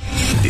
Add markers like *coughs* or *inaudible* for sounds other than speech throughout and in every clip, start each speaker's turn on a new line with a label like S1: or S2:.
S1: The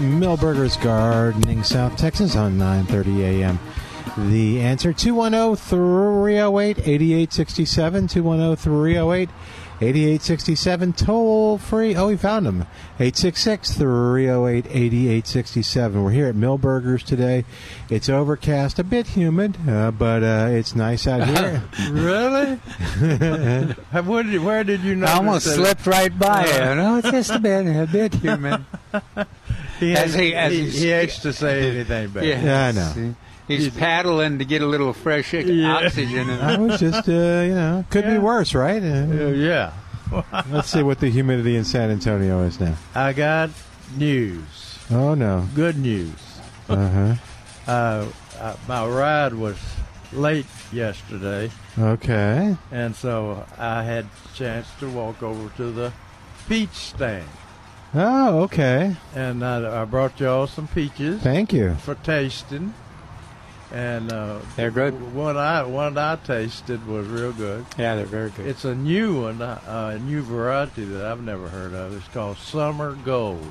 S2: Millburgers Gardening, South Texas on 9:30 a.m. The answer oh, 210-308-8867 210-308-8867 toll free. Oh, we found him. 866-308-8867. We're here at Millburgers today. It's overcast, a bit humid, uh, but uh, it's nice out here.
S3: *laughs*
S2: *laughs*
S3: Really? where, did, where did you notice
S4: I almost
S3: that? Uh-huh.
S4: slipped right by it. You know, it's just a bit, a bit human.
S3: *laughs* He,
S4: as he- as
S3: he,
S4: he's-
S3: he hates to say anything,
S4: *laughs*
S3: but
S2: Yeah, I know.
S4: see. He's paddling to get a little fresh o-
S3: Yeah.
S4: oxygen.
S2: I
S4: In
S2: was just, uh, you know, could be
S3: Yeah.
S2: worse, right?
S3: Uh,
S2: Uh,
S3: yeah.
S2: let's see what the humidity in San Antonio is now.
S3: *laughs* I got news.
S2: Oh no.
S3: Good news.
S4: Uh-huh.
S2: Uh huh.
S3: Uh, uh, my ride was late yesterday,
S2: Okay.
S3: and so I had a chance to walk over to the peach stand,
S2: Oh, okay.
S3: and I, I brought y'all some peaches
S2: Thank you.
S3: for tasting. And uh,
S4: They're good.
S3: One I one I tasted was real good.
S4: yeah, they're very good.
S3: It's a new one, uh, a new variety that I've never heard of. It's called Summer Gold.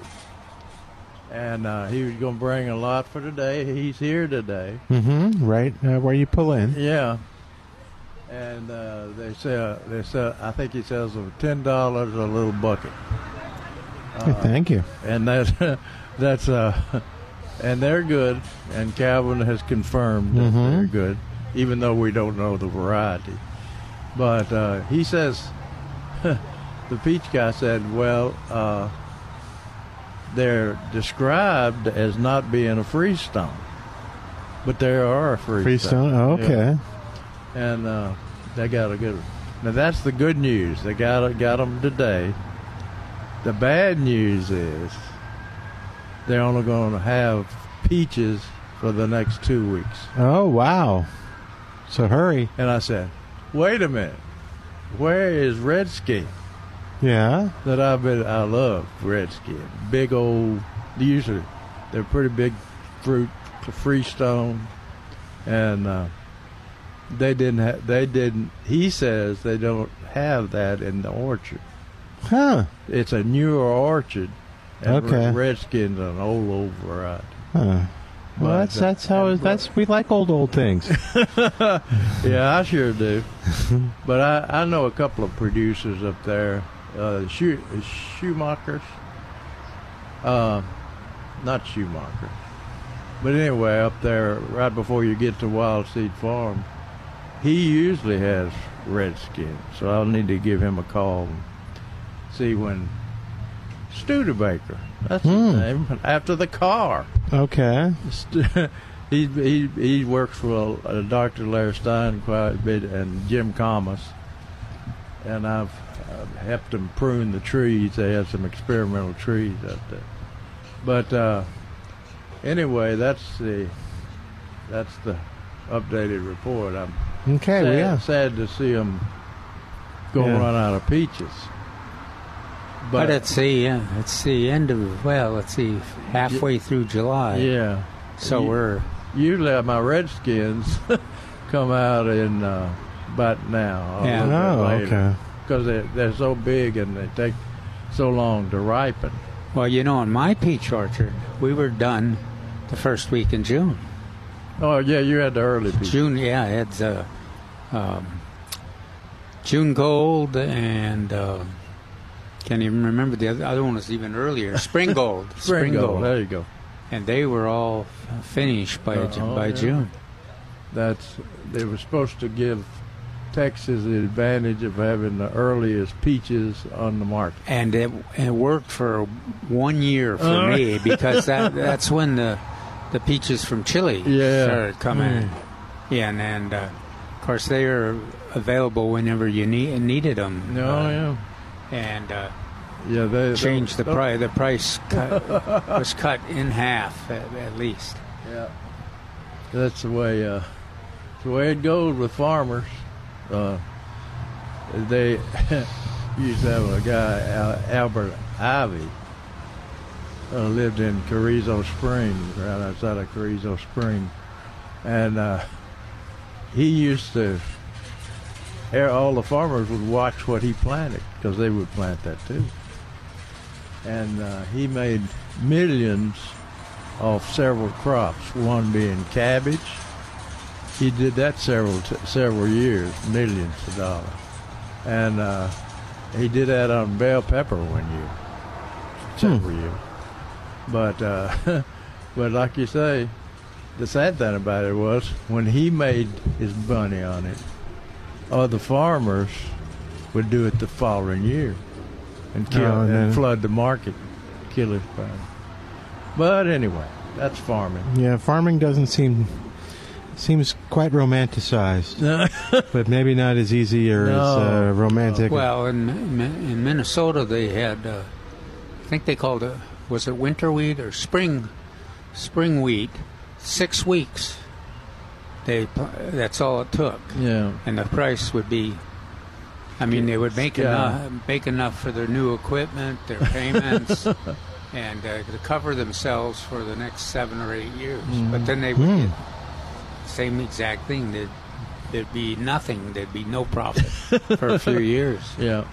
S3: And uh, he was going to bring a lot for today. He's here today.
S2: Mm-hmm. Right uh, where you pull in.
S3: Yeah. And uh, they sell, they sell, I think he sells them $10 a little bucket.
S2: Hey, *laughs* Thank you.
S3: And that, *laughs* that's, uh, and they're good. And Calvin has confirmed that
S2: Mhm.
S3: they're good, even though we don't know the variety. But uh, he says, *laughs* the peach guy said, well, uh, they're described as not being a freestone, but they are a freestone.
S2: Freestone. Oh,
S3: Yeah
S2: okay.
S3: and uh, they got a good one. Now that's the good news. They got got them today. The bad news is they're only going to have peaches for the next two weeks.
S2: Oh wow. So hurry.
S3: And I said, wait a minute, where is Redskin
S2: Yeah.
S3: that I've been? I love Redskin, big old. Usually, they're pretty big fruit, freestone, and. Uh, they didn't. Ha- they didn't. He says they don't have that in the orchard.
S2: Huh.
S3: It's a newer orchard. And
S2: Okay.
S3: Red- Redskins an old old variety.
S2: Huh. Well, that's that's how it, that's we like old
S3: *laughs*
S2: old things.
S3: Yeah, I sure do. *laughs* but I, I know a couple of producers up there, uh, Schu- Schumachers. Uh, not Schumacher. But anyway, up there, right before you get to Wild Seed Farm, he usually has Redskins. So I'll need to give him a call and see when Studebaker, that's his name, after the car.
S2: Okay.
S3: St- *laughs* he he he works for uh, Dr. Larry Stein quite a bit and Jim Thomas, and I've, i helped him prune the trees. They had some experimental trees out there, but uh, anyway, that's the that's the updated report. I'm
S2: Okay.
S3: sad,
S2: Yeah.
S3: sad to see them going
S2: Yeah.
S3: run out of peaches.
S4: but it's the uh, it's the end of well, it's the halfway through July.
S3: yeah.
S4: So
S3: You-
S4: we're
S3: Usually uh, my Redskins *laughs* come out in uh, about now.
S4: Yeah.
S2: Oh, okay.
S3: Because they're, they're so big and they take so long to ripen.
S4: well, you know, in my peach orchard, we were done the first week in June.
S3: Oh yeah, you had the early people.
S4: June, yeah, it's uh, um, June Gold and uh, can't even remember the other, other one was even earlier.
S3: *laughs*
S4: Spring Gold, Spring, Gold,
S3: There you go.
S4: and they were all finished by Ju-
S3: Uh-oh,
S4: by
S3: uh, oh, yeah.
S4: June.
S3: That's they were supposed to give Texas the advantage of having the earliest peaches on the market.
S4: and it, it worked for one year for
S3: Uh-huh.
S4: me
S3: *laughs*
S4: because that that's when the the peaches from Chile
S3: Yeah. Mm.
S4: started coming. in. Yeah, and, and uh, of course they are available whenever you need, needed them.
S3: No, Oh, yeah,
S4: and uh,
S3: yeah. They oh. they-
S4: changed the
S3: they-
S4: price. The price
S3: *laughs*
S4: cut, was cut in half at, at least.
S3: Yeah, that's the way. Uh, it's the way it goes with farmers. Uh, they *laughs* used to have a guy Al- Albert Ivy. Uh, lived in Carrizo Springs, right outside of Carrizo Springs, and uh, he used to. er- All the farmers would watch what he planted because they would plant that too. And uh, he made millions off several crops, one being cabbage. He did that several t- several years, millions of dollars, and uh, he did that on bell pepper one year, several
S2: Hmm.
S3: years. But uh, *laughs* but like you say, the sad thing about it was when he made his money on it, other farmers would do it the following year and kill
S2: Oh, no.
S3: and flood the market, kill it. by- but anyway, that's farming.
S2: Yeah, farming doesn't seem seems
S3: *laughs*
S2: quite romanticized, but maybe not as easy or as
S3: No.
S2: uh, romantic.
S4: Well, in in Minnesota they had, uh, I think they called it was it winter wheat or spring spring wheat. Six weeks. They pl- that's all it took,
S3: Yeah.
S4: and the price would be. I mean, they would make
S3: Yeah.
S4: enough make enough for their new equipment, their payments.
S3: *laughs*
S4: And uh, to cover themselves for the next seven or eight years,
S3: Mm-hmm.
S4: but then they
S3: Hmm.
S4: would get same exact thing. There'd, there'd be nothing. There'd be no profit
S3: *laughs*
S4: for a few years.
S3: Yeah.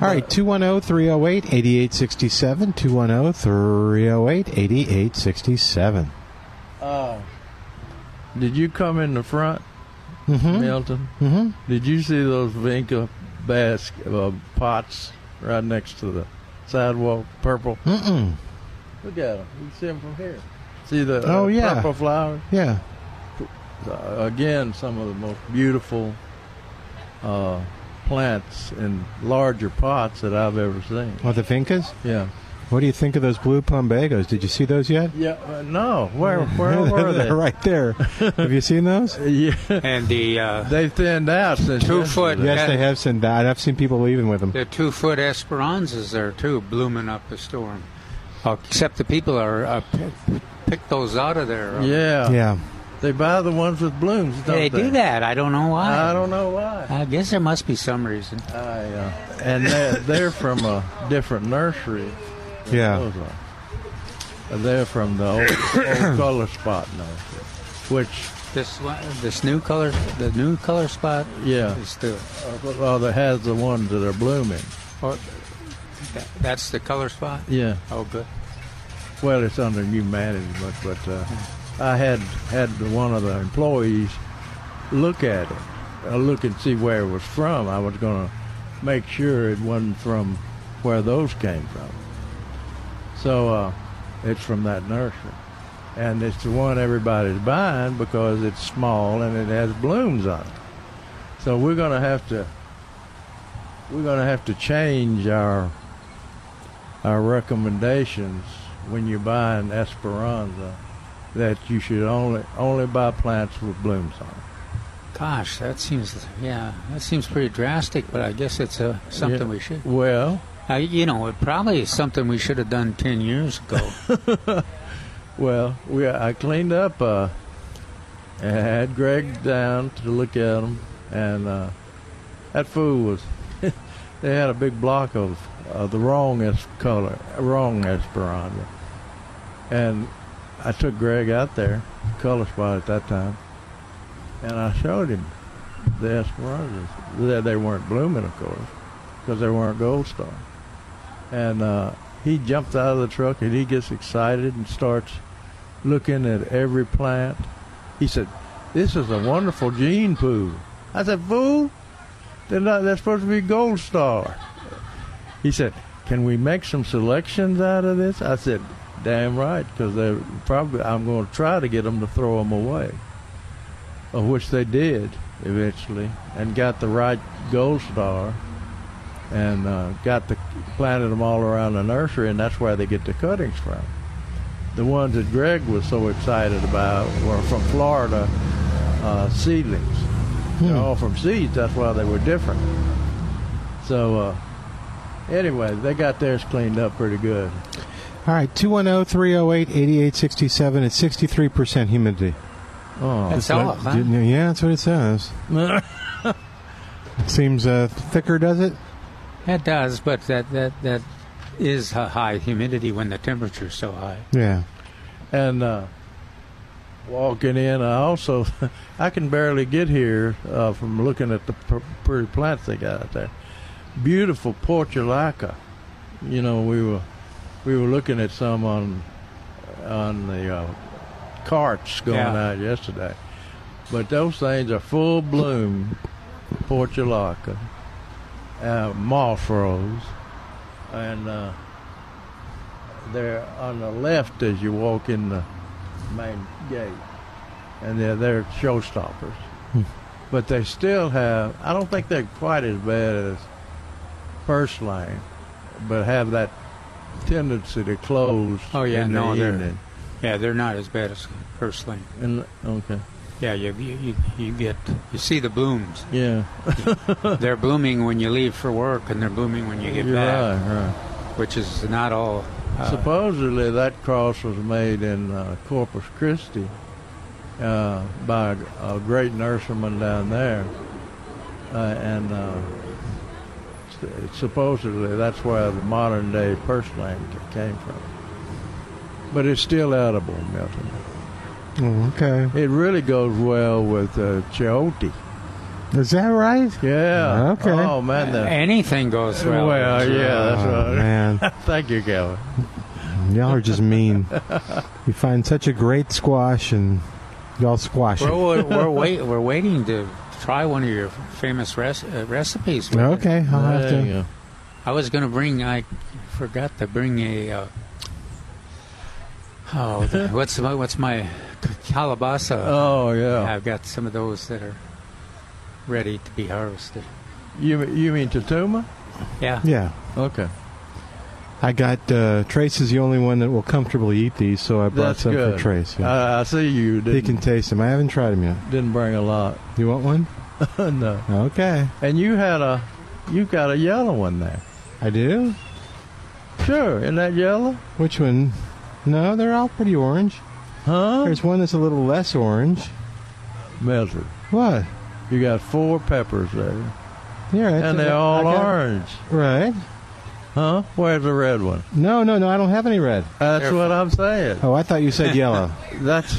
S2: All right, oh, 210 308 8867. 210 308 8867.
S3: Uh, did you come in the front, Milton?
S2: Mm-hmm.
S3: Did you see those Vinca bask uh, pots right next to the sidewalk? Purple.
S2: Mm-mm.
S3: Look at them. You see them from here. See the uh,
S2: Oh, yeah.
S3: purple flowers.
S2: Yeah.
S3: Uh, again, some of the most beautiful uh, plants in larger pots that I've ever seen.
S2: Oh, the Fincas?
S3: Yeah.
S2: What do you think of those blue pumbagos? Did you see those yet?
S3: Yeah. Uh, no. Where? Where were they?
S2: *laughs* They're
S3: *laughs*
S2: right there. Have you seen those?
S3: Yeah.
S4: and the uh,
S3: They thinned out since
S4: Two
S3: yesterday.
S4: foot.
S2: Yes, they have seen that. I've seen people leaving with them.
S4: the two foot Esperanzas there too, blooming up the storm. Uh, Except the people are uh, pick, pick those out of there.
S3: Yeah.
S2: Yeah.
S3: They buy the ones with blooms, don't
S4: they
S3: they?
S4: do that. I don't know why.
S3: I don't know why.
S4: I guess there must be some reason.
S3: I, uh, and they're, they're from a different nursery.
S2: Yeah.
S3: Those are. They're from the old,
S2: *coughs*
S3: old color spot nursery, which
S4: This one, this new color, the new color spot
S3: yeah, Uh,
S4: is the.
S3: well, that has the ones that are blooming.
S4: Or, that, that's the color spot.
S3: Yeah.
S4: Oh, good.
S3: Well, it's under new management, but uh, I had had one of the employees look at it, uh, look and see where it was from. I was going to make sure it wasn't from where those came from. So uh, it's from that nursery, and it's the one everybody's buying because it's small and it has blooms on it. So we're going to have to we're going to have to change our our recommendations when you're buying Esperanza that you should only only buy plants with blooms on. it.
S4: Gosh, that seems yeah, that seems pretty drastic. But I guess it's uh, something
S3: Yeah.
S4: we should.
S3: Well,
S4: Uh, you know, it probably is something we should have done ten years
S3: *laughs*
S4: ago.
S3: well, Uh, we I cleaned up. Uh, I had Greg down to look at them, and uh, that fool was. *laughs* they had a big block of uh, the wrong es- color, wrong Esperanza, and I took Greg out there, color spot at that time, and I showed him the Esperanzas. They, they weren't blooming, of course, because they weren't gold star. And uh, he jumped out of the truck and he gets excited and starts looking at every plant. He said, "This is a wonderful gene pool." I said, "Fool, they're not. They're supposed to be gold star." He said, "Can we make some selections out of this?" I said, "Damn right, because they're probably. I'm going to try to get them to throw them away." Of which they did eventually, and got the right gold star, and uh, got the planted them all around the nursery, and that's where they get the cuttings from the ones that Greg was so excited about were from Florida uh, seedlings. They're all from seeds. That's why they were different. So uh, anyway, they got theirs cleaned up pretty good.
S2: All right, oh, 210 308 8867. It's 63% humidity.
S3: Oh,
S4: That's all,
S2: What-
S4: huh?
S2: didn't- Yeah, that's what
S3: *laughs*
S2: it says. Seems uh, thicker, does it?
S4: That does, but that that that is a high humidity when the temperature's so high.
S2: Yeah.
S3: and uh, walking in, I also *laughs* I can barely get here uh, from looking at the pr- pretty plants they got out there. Beautiful portulaca. You know, we were we were looking at some on on the uh, carts going
S4: Yeah.
S3: out yesterday, but those things are full bloom. Portulaca, uh, moss rose, and. Uh, they're on the left as you walk in the main gate, and they're they're showstoppers.
S4: Hmm.
S3: But they still have. I don't think they're quite as bad as first lane, but have that tendency to close.
S4: Oh, yeah,
S3: in the
S4: no, they're-
S3: evening.
S4: Yeah, they're not as bad as first lane.
S3: And, okay.
S4: Yeah, you you, you, you get you see the blooms.
S3: Yeah.
S4: *laughs* they're blooming when you leave for work, and they're blooming when you get
S3: You're
S4: back,
S3: right. Right.
S4: which is not all. Uh,
S3: Supposedly that cross was made in uh, Corpus Christi uh, by a, a great nurseryman down there, uh, and uh, s- supposedly that's where the modern day purse land came from. But it's still edible, Milton.
S2: Oh, okay.
S3: It really goes well with uh, chayote.
S2: Is that right?
S3: Yeah.
S2: Okay.
S3: Oh man. The,
S4: anything goes well.
S3: well, yeah. That's
S2: Oh,
S3: right.
S2: man.
S3: *laughs* Thank you, Calvin.
S2: Y'all are
S3: *laughs*
S2: just mean. you find such a great squash and y'all squash
S4: We're
S2: it.
S4: we're, we're, wait, we're waiting to try one of your famous res, uh, recipes.
S2: Okay, I'll have
S3: There
S2: to.
S3: you go.
S4: I was going to bring. I forgot to bring a. Uh, oh,
S2: *laughs*
S4: what's my what's my calabasa?
S3: Oh yeah.
S4: I've got some of those that are ready to be harvested.
S3: You you mean Tatuma?
S4: Yeah.
S2: *laughs* Yeah.
S3: Okay.
S2: I got uh, Trace is the only one that will comfortably eat these, so I brought
S3: That's
S2: some
S3: good.
S2: for Trace. yeah.
S3: I, I see you
S2: he
S3: didn't,
S2: can taste them. I haven't tried them yet.
S3: didn't bring a lot.
S2: You want one?
S3: *laughs* no.
S2: Okay.
S3: And you had a, you got a yellow one there.
S2: I do.
S3: Sure, isn't that yellow?
S2: Which one? No, they're all pretty orange.
S3: Huh?
S2: There's one that's a little less orange.
S3: Melted.
S2: What?
S3: You got four peppers there,
S2: Yeah, that's-
S3: and
S2: I
S3: they're all
S2: got-
S3: orange.
S2: Right?
S3: Huh? Where's the red one?
S2: No, no, no. I don't have any red.
S3: That's
S4: They're-
S3: what I'm saying.
S2: Oh, I thought you said yellow.
S3: *laughs*
S4: *laughs*
S3: That's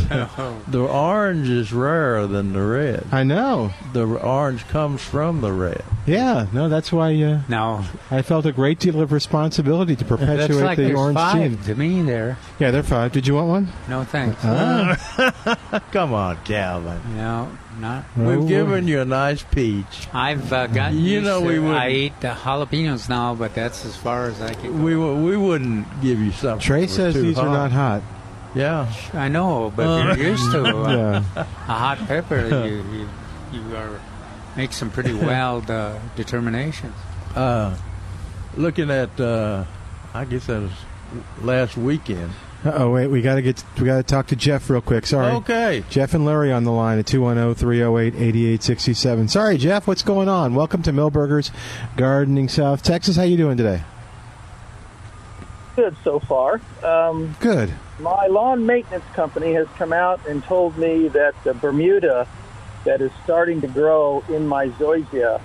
S3: the orange is rarer than the red.
S2: I know.
S3: The orange comes from the red.
S2: Yeah, no, that's why uh,
S4: Now
S2: I felt a great deal of responsibility to perpetuate
S4: that's like
S2: the
S4: there's
S2: orange
S4: five
S2: gene.
S4: to me there.
S2: Yeah, they're five. Did you want one?
S4: No thanks.
S3: *laughs* Come on, Calvin.
S4: No, not.
S2: Oh,
S3: We've
S2: Lord.
S3: given you a nice peach.
S4: I've uh, gotten.
S3: You
S4: used
S3: know
S4: to-
S3: we would-
S4: I eat the jalapenos now, but that's as far as I can.
S3: We wou- we wouldn't give you something.
S2: Trey
S3: that was
S2: says
S3: too
S2: these are not hot.
S3: Yeah.
S4: I know, but you're used to uh,
S2: *laughs* Yeah.
S4: a hot pepper. You, you, you are make some pretty wild uh, determinations.
S3: uh, looking at uh, I guess that was last weekend.
S2: oh wait, we gotta get we gotta talk to Jeff real quick. Sorry.
S3: Okay.
S2: Jeff and Larry on the line at oh, 210-308-8867. Sorry, Jeff, what's going on? Welcome to Millburgers Gardening South Texas. How you doing today?
S5: good so far. Um,
S2: Good.
S5: my lawn maintenance company has come out and told me that the Bermuda that is starting to grow in my zoysia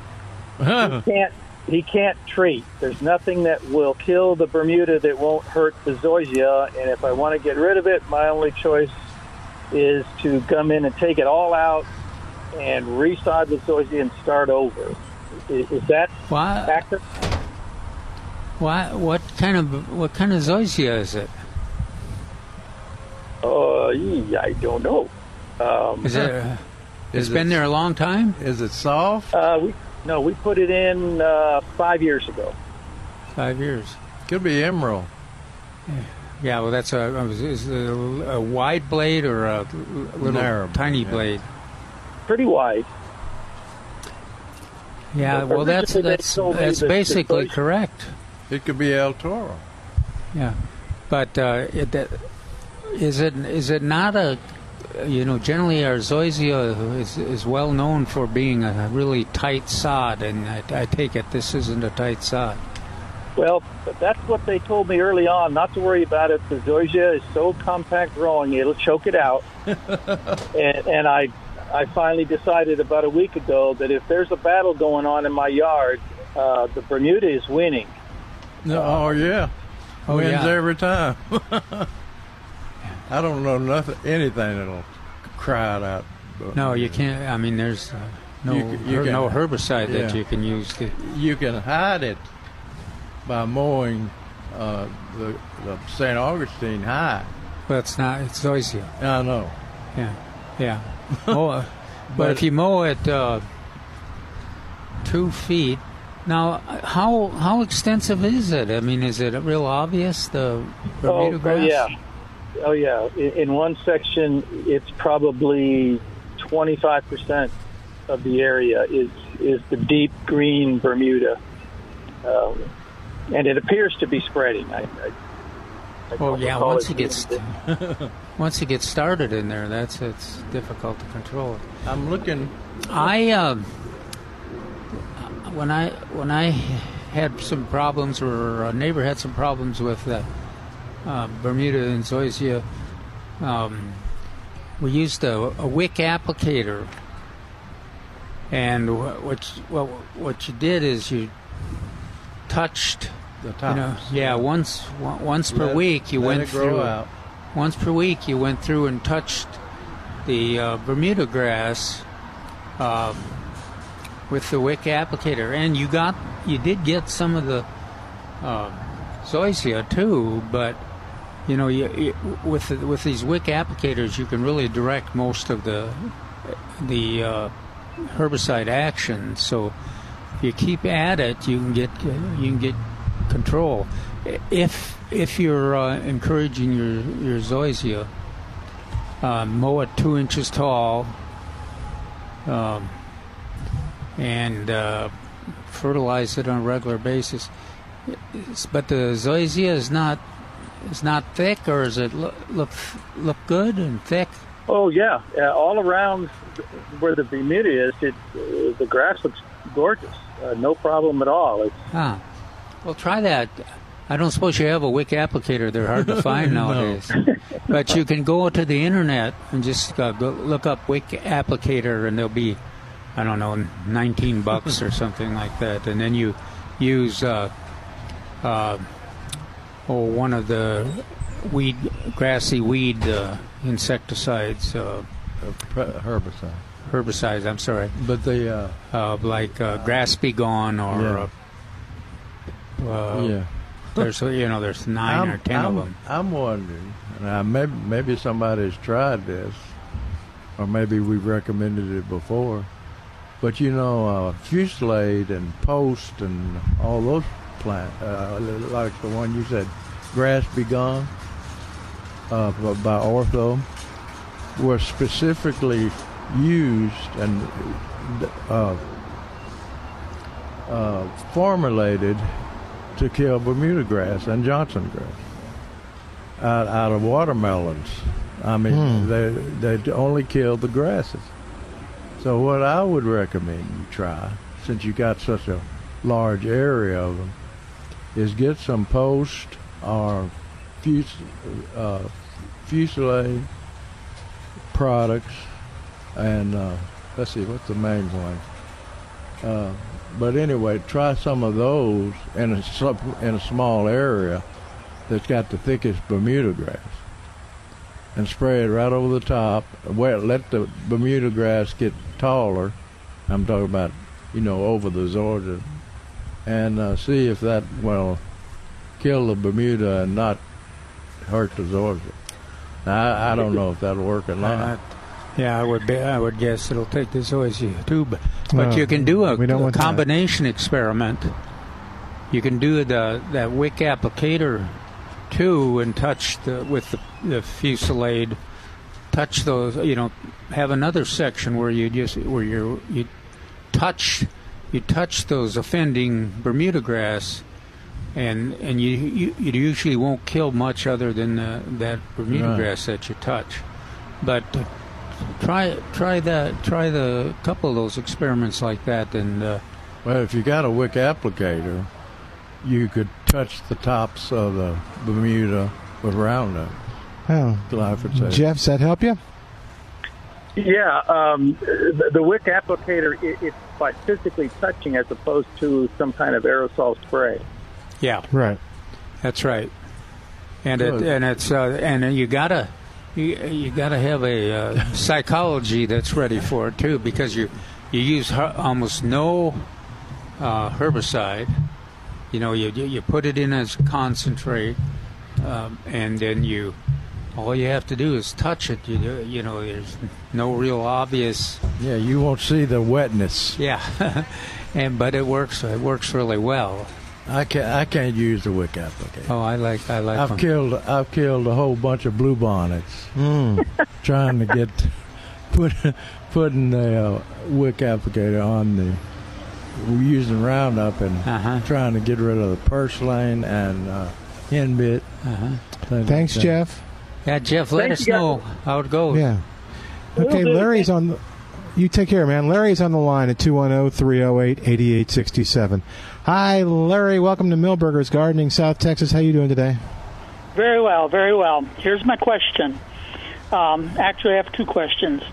S5: can't he can't treat. There's nothing that will kill the Bermuda that won't hurt the zoysia, and if I want to get rid of it, my only choice is to come in and take it all out and resod the zoysia and start over. Is, is that
S4: Why?
S5: accurate?
S4: Why? What kind of what kind of zoysia is it?
S5: Uh, e- I don't know. Um,
S4: Is it? Uh,
S3: Is
S4: it's been
S3: it-
S4: there a long time.
S3: Is it soft?
S5: uh, we no, we put it in uh, five years ago.
S4: Five years.
S3: Could be emerald.
S4: Yeah, well, that's a uh, is it a, a wide blade or a little
S3: Narrow,
S4: tiny
S3: yeah.
S4: blade.
S5: Pretty wide.
S4: Yeah,
S5: Well,
S4: well, that's
S5: originally they
S4: that's
S5: told me
S4: that's
S5: that the
S4: basically
S5: first-
S4: correct.
S3: It could be El Toro.
S4: Yeah, but uh, it, that, is it is it not a you know generally our zoysia is is well known for being a really tight sod, and I, I take it this isn't a
S5: *laughs*
S4: tight sod.
S5: Well, but that's what they told me early on. Not to worry about it. The zoysia is so compact growing, it'll choke it out. and, and I, I finally decided about a week ago that if there's a battle going on in my yard, uh, the Bermuda is winning.
S3: No, oh yeah,
S4: Oh,
S3: wins
S4: yeah.
S3: every time. *laughs* I don't know nothing, anything that'll cry it out. but
S4: No, you can't. I mean, there's uh, no
S3: You c- you
S4: her-
S3: can-
S4: no herbicide that
S3: yeah.
S4: you can use. To,
S3: You can hide it by mowing uh, the, the St. Augustine High.
S4: but it's not. It's zoysia.
S3: I know.
S4: Yeah,
S3: *laughs*
S4: yeah. Mow it. but,
S3: But-
S4: if you mow it uh, two feet, now how how extensive is it? I mean, is it real obvious the Bermuda
S5: oh,
S4: grass?
S5: oh, yeah. Oh, yeah. In, in one section, it's probably 25% of the area is, is the deep green Bermuda. Um, and it appears to be spreading. I, I, I
S4: Well,
S5: don't
S4: Oh, yeah.
S5: recall
S4: Once
S5: it
S4: it gets
S5: being-
S4: *laughs* once it gets started in there, that's it's difficult to control.
S3: I'm looking.
S4: I um, when I when I had some problems, or a neighbor had some problems with uh, uh, Bermuda and zoysia, um, we used a, a wick applicator, and wh- what you- what what you did is you touched.
S3: The
S4: You know,
S3: tops.
S4: yeah, once on- once per
S3: Let-
S4: week you
S3: let
S4: went
S3: it grow
S4: through
S3: out.
S4: once per week you went through and touched the uh, Bermuda grass uh, with the wick applicator, and you got you did get some of the uh, zoysia too, but you know you, you, with the, with these wick applicators you can really direct most of the the uh, herbicide action. So if you keep at it, you can get you can get control. If if you're uh, encouraging your your zoysia, uh, mow it two inches tall, um, and uh, fertilize it on a regular basis. It's- But the zoysia is not is not thick, or is it look look, look good and thick?
S5: Oh yeah, uh, all around where the Bermuda is, it uh, the grass looks gorgeous. Uh, no problem at all. It's,
S4: Ah, well, try that. I don't suppose you have a wick applicator. They're hard to find nowadays. But you can go to the internet and just uh, go look up wick applicator, and there'll be, I don't know, 19 bucks or something like that. And then you use uh, uh, oh, one of the weed, grassy weed uh, insecticides, uh,
S3: A pre- herbicide.
S4: herbicides, I'm sorry,
S3: But the uh,
S4: uh, like uh, grass be gone or.
S3: Yeah.
S4: Uh, uh,
S3: yeah.
S4: There's you know there's 9 or 10
S3: I'm,
S4: of them.
S3: I'm wondering, and I, maybe, maybe somebody's tried this, or maybe we've recommended it before, but you know, uh, fusillade and post and all those plant, uh, like the one you said, grass be gone, uh, b- by Ortho, were specifically used and uh, uh, formulated to kill Bermuda grass and Johnson grass out, out of watermelons. I mean, they they only kill the grasses. So what I would recommend you try, since you got such a large area of them, is get some post or fus- uh, fusilade products, and uh, let's see what's the main one. Uh, but anyway, try some of those in a sub, in a small area that's got the thickest Bermuda grass, and spray it right over the top. Well, let the Bermuda grass get taller. I'm talking about, you know, over the Zorda, and uh, see if that will kill the Bermuda and not hurt the Zorda. I, I don't know if that'll work or not.
S4: Uh, yeah, I would be, I would guess it'll take the Zoysia too, but, but
S2: Well,
S4: you can do a,
S2: we don't
S4: a
S2: want that.
S4: combination experiment. You can do the that wick applicator too, and touch the with the, the fusillade. Touch those, you know, have another section where you just where you you touch you touch those offending Bermuda grass. And and you, you you usually won't kill much other than uh, that Bermuda
S3: Right.
S4: grass that you touch, but try try that try the couple of those experiments like that and uh,
S3: Well, if you got a wick applicator, you could touch the tops of the Bermuda with Roundup
S2: Oh,
S3: glyphosate.
S2: Jeff, does that help you?
S5: Yeah, um, the, the wick applicator, it, it's by physically touching as opposed to some kind of aerosol spray.
S4: yeah
S2: Right.
S4: that's right and it,
S3: Good.
S4: and it's uh, and you gotta you, you gotta have a uh, psychology that's ready for it too because you you use her- almost no uh, herbicide you know you you you put it in as concentrate um, and then you all you have to do is touch it you do- you know there's no real obvious
S3: yeah, you won't see the wetness.
S4: Yeah, *laughs* and but it works. It works really well.
S3: I can't. I can't use the wick applicator.
S4: Oh, I like I like.
S3: I've
S4: them.
S3: killed. I've killed a whole bunch of bluebonnets
S4: Hmm.
S3: *laughs* trying to get *laughs* put putting the uh, wick applicator on the using Roundup and
S4: Uh-huh.
S3: trying to get rid of the purslane and uh, end bit.
S4: Uh-huh.
S2: Thanks, Jeff.
S4: Yeah, Jeff, let
S5: Thank
S4: us
S5: you, guys.
S4: know how it goes.
S2: Yeah. Okay, Larry's on. The, you take care, man. Larry's on the line at oh, 210-308-8867. Hi, Larry. Welcome to Millburgers Gardening, South Texas. How you doing today?
S6: Very well, very well. Here's my question. Um, actually, I have two questions.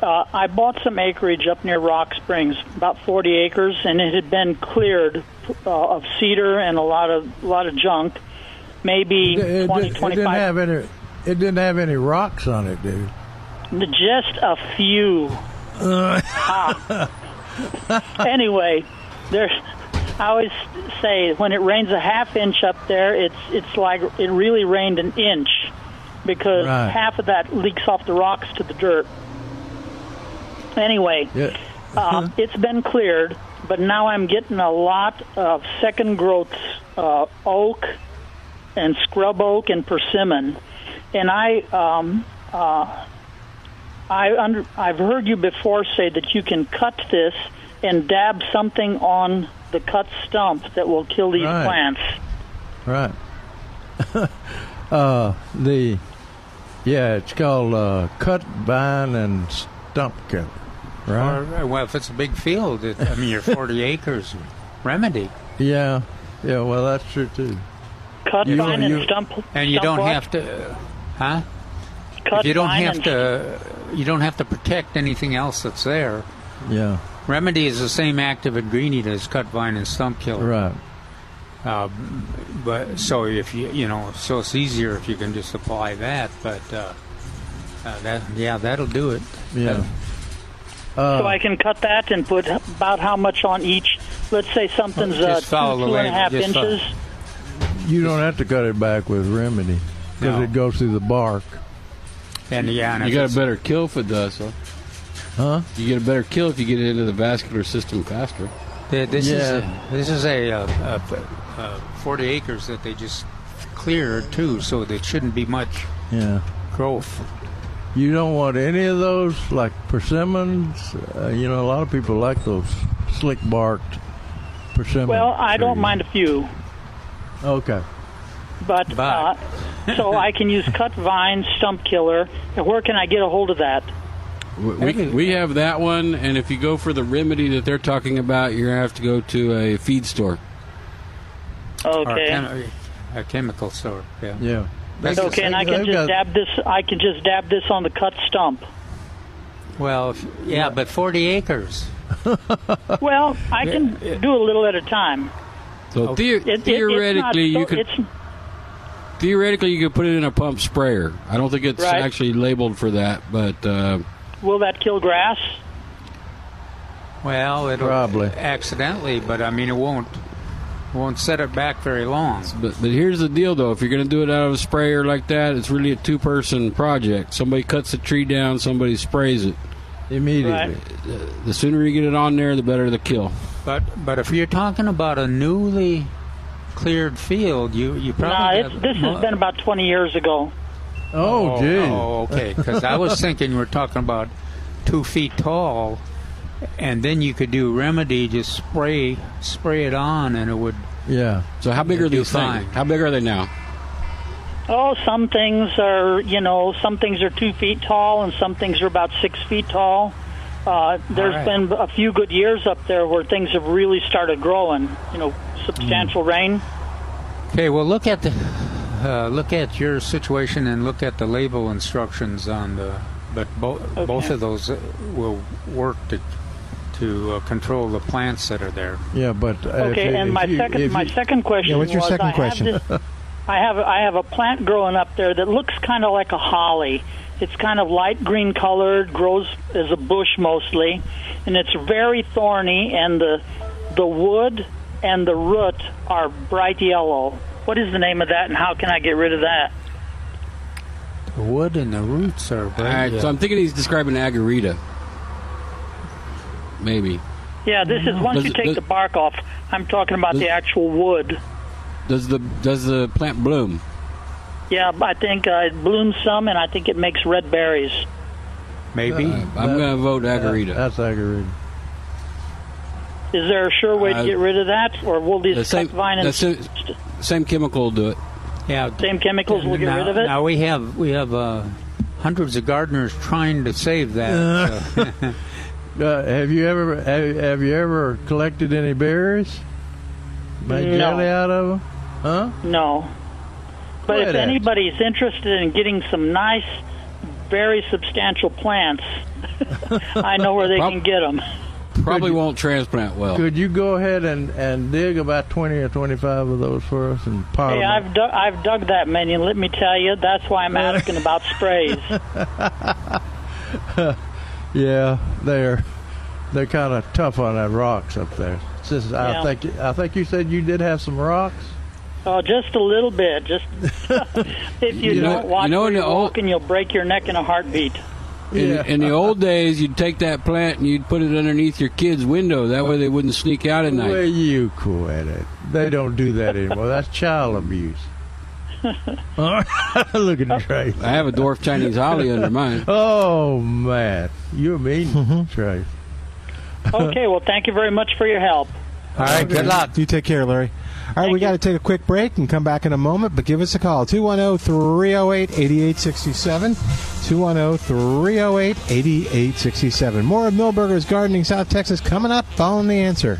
S6: Uh, I bought some acreage up near Rock Springs, about 40 acres, and it had been cleared uh, of cedar and a lot of lot of junk, maybe
S3: It, it
S6: twenty,
S3: didn't- it
S6: twenty
S3: didn't
S6: five,
S3: have any. It didn't have any rocks on it, dude.
S6: just a few. Ah. anyway, there's. I always say when it rains a half inch up there, it's it's like it really rained an inch because
S3: Right.
S6: half of that leaks off the rocks to the dirt. Anyway,
S3: Yeah.
S4: Uh-huh.
S6: uh, it's been cleared, but now I'm getting a lot of second growth uh, oak and scrub oak and persimmon, and I um, uh, I under, I've heard you before say that you can cut this and dab something on the cut stump that will kill these
S3: Right.
S6: plants.
S3: Right. *laughs* uh, the yeah, it's called uh, cut, vine, and stump cover. Right.
S4: Or, well, if it's a big field, it, I mean,
S3: *laughs*
S4: you're 40 acres. Remedy,
S3: Yeah. Yeah. Well, that's true too.
S6: Cut
S3: You-
S6: vine and
S3: you-
S6: stump.
S4: and you
S6: stump
S4: don't
S6: what?
S4: have to, uh, huh?
S6: Cut
S4: if you don't
S6: vine
S4: have
S6: and-
S4: to, you don't have to protect anything else that's there.
S3: Yeah.
S4: Remedy is the same active ingredient as cut vine and stump killer.
S3: Right.
S4: Uh, but so if you you know, so it's easier if you can just apply that. But uh, uh, that yeah, that'll do it. Uh,
S3: Yeah.
S6: So I can cut that and put about how much on each. Let's say something's
S4: Well,
S6: uh,
S4: just
S6: two,
S4: follow the
S6: two and a
S4: label,
S6: half
S4: just follow.
S6: inches.
S3: You don't have to cut it back with remedy because
S4: No.
S3: it goes through the bark.
S4: And yeah, and
S7: You
S4: if
S7: got
S4: it's-
S7: a better kill if it does, huh?
S3: Huh?
S7: You get a better kill if you get it into the vascular system faster.
S4: Th- This is
S3: Yeah.
S4: a, this is a, uh uh uh 40 acres that they just cleared too, so there shouldn't be much
S3: Yeah.
S4: growth.
S3: You don't want any of those like persimmons. Uh, you know, a lot of people like those slick barked persimmons.
S6: Well, I don't mind a few,
S3: Okay.
S6: but uh, *laughs* so I can use cut vine, stump killer. And where can I get a hold of that?
S7: We, we, we have that one, and if you go for the remedy that they're talking about, you're going to have to go to a feed store.
S4: Or
S6: Okay.
S4: chem- a chemical store. Yeah.
S3: Yeah.
S4: That's the
S6: Okay, and
S4: same-
S6: I can
S3: They've got-
S6: just dab this. I can just dab this on the cut stump.
S4: Well, if, yeah, but
S3: *laughs*
S4: 40 acres.
S6: Well, I can do a little at a time.
S7: So the-
S6: It- it-
S7: theoretically,
S6: it's not, so-
S7: you could
S6: It's,
S7: theoretically you could put it in a pump sprayer. I don't think it's
S6: Right.
S7: actually labeled for that, but uh,
S6: will that kill grass?
S4: Well, it'll
S3: Probably.
S4: accidentally, but I mean it won't. Won't set it back very long.
S7: But, but here's the deal, though. If you're going to do it out of a sprayer like that, it's really a two person project. Somebody cuts a tree down, somebody sprays it.
S3: Immediately.
S7: The sooner you get it on there, the better the kill.
S4: But but if you're talking about a newly cleared field, you you
S6: No,
S4: probably
S6: it's,
S4: got
S6: this
S4: mo-
S6: has been about 20 years ago.
S3: Oh, gee.
S4: Oh, okay. Because I was thinking we're talking about two feet tall, and then you could do remedy, just spray spray it on, and it would.
S3: Yeah.
S7: So, how big are
S4: You'll do
S7: these
S4: fine.
S7: things? How big are they now?
S6: Oh, some things are, you know, some things are two feet tall and some things are about six feet tall. Uh, there's
S4: right.
S6: been a few good years up there where things have really started growing, you know, substantial rain.
S4: Okay. Well, look at the uh, look at your situation and look at the label instructions on the. But both both of those uh, will work to to uh, control the plants that are there.
S3: Yeah, but. uh, if
S6: Okay,
S3: you-
S6: and my
S3: if you-
S6: second
S3: if
S6: my
S3: you-
S6: second question
S2: Yeah, what's your
S6: was,
S2: second
S6: I have
S2: question?
S6: this- *laughs* I have I have a plant growing up there that looks kind of like a holly. It's kind of light green colored, grows as a bush mostly, and it's very thorny and the the wood and the root are bright yellow. What is the name of that and how can I get rid of that?
S4: The wood and the roots are
S7: All right,
S4: very.
S7: so I'm thinking he's describing agarita. Maybe.
S6: Yeah, this is once
S7: Does
S6: you
S7: it-
S6: take
S7: does-
S6: the bark off. I'm talking about
S7: Does-
S6: the actual wood.
S7: Does the does the plant bloom?
S6: Yeah, I think uh, it blooms some and I think it makes red berries.
S4: maybe.
S7: Uh, I'm going to vote agarita.
S3: That's agarita.
S6: Is there a sure way
S7: Uh,
S6: to get rid of that, or will these
S7: the
S6: cut
S7: same-
S6: vine and
S7: the same- Same chemical will do it.
S4: yeah.
S6: same chemicals will get
S4: now,
S6: rid of it?
S4: Now we have we have uh, hundreds of gardeners trying to save that. so.
S3: Uh, have you ever have, have you ever collected any berries? Made
S6: No.
S3: jelly out of them? Huh?
S6: No. But
S3: Good
S6: if
S3: answer.
S6: anybody's interested in getting some nice, very substantial plants, *laughs* I know where they
S7: Prob-
S6: can get them.
S7: Probably won't transplant well.
S3: Could you go ahead and, and dig about twenty or twenty five of those for us and pot
S6: Hey,
S3: 'em up?
S6: I've dug, I've dug that many, and let me tell you, that's why I'm asking about
S3: *laughs*
S6: sprays.
S3: Yeah, they're they're kind of tough on that rocks up there. Since
S6: Yeah.
S3: I think I think you said you did have some rocks.
S6: Oh, just a little bit. Just *laughs* if you,
S7: You know-
S6: don't watch
S7: you know
S6: where
S7: in the
S6: you're
S7: old-
S6: walking, you'll break your neck in a heartbeat.
S7: In,
S3: Yeah.
S7: in the old days, you'd take that plant and you'd put it underneath your kid's window. That way they wouldn't sneak out at
S3: Will
S7: night.
S3: you quit it? They don't do that anymore. That's child abuse. All right, *laughs* Look at Trey.
S7: I have a dwarf Chinese holly under
S3: *laughs*
S7: mine.
S3: Oh man, you're mean, Trey.
S6: Okay, well, thank you very much for your help.
S4: All right, good luck.
S2: You take care, Larry. All right,
S6: Thank
S2: we
S6: you.
S2: got to take a quick break and come back in a moment, but give us a call oh, 210 308 8867. 210 308 8867. More of Millburgers Gardening South Texas coming up following the answer.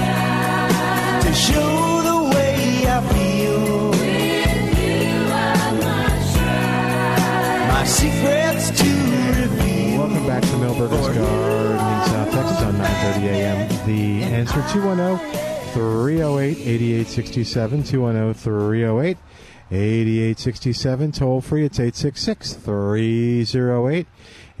S8: to show the way I feel. My secrets to reveal.
S2: Welcome back to Millburgers Gardening South Texas on 9:30 a.m. The answer 210 308 8867 210 308 8867 toll free it's 866 308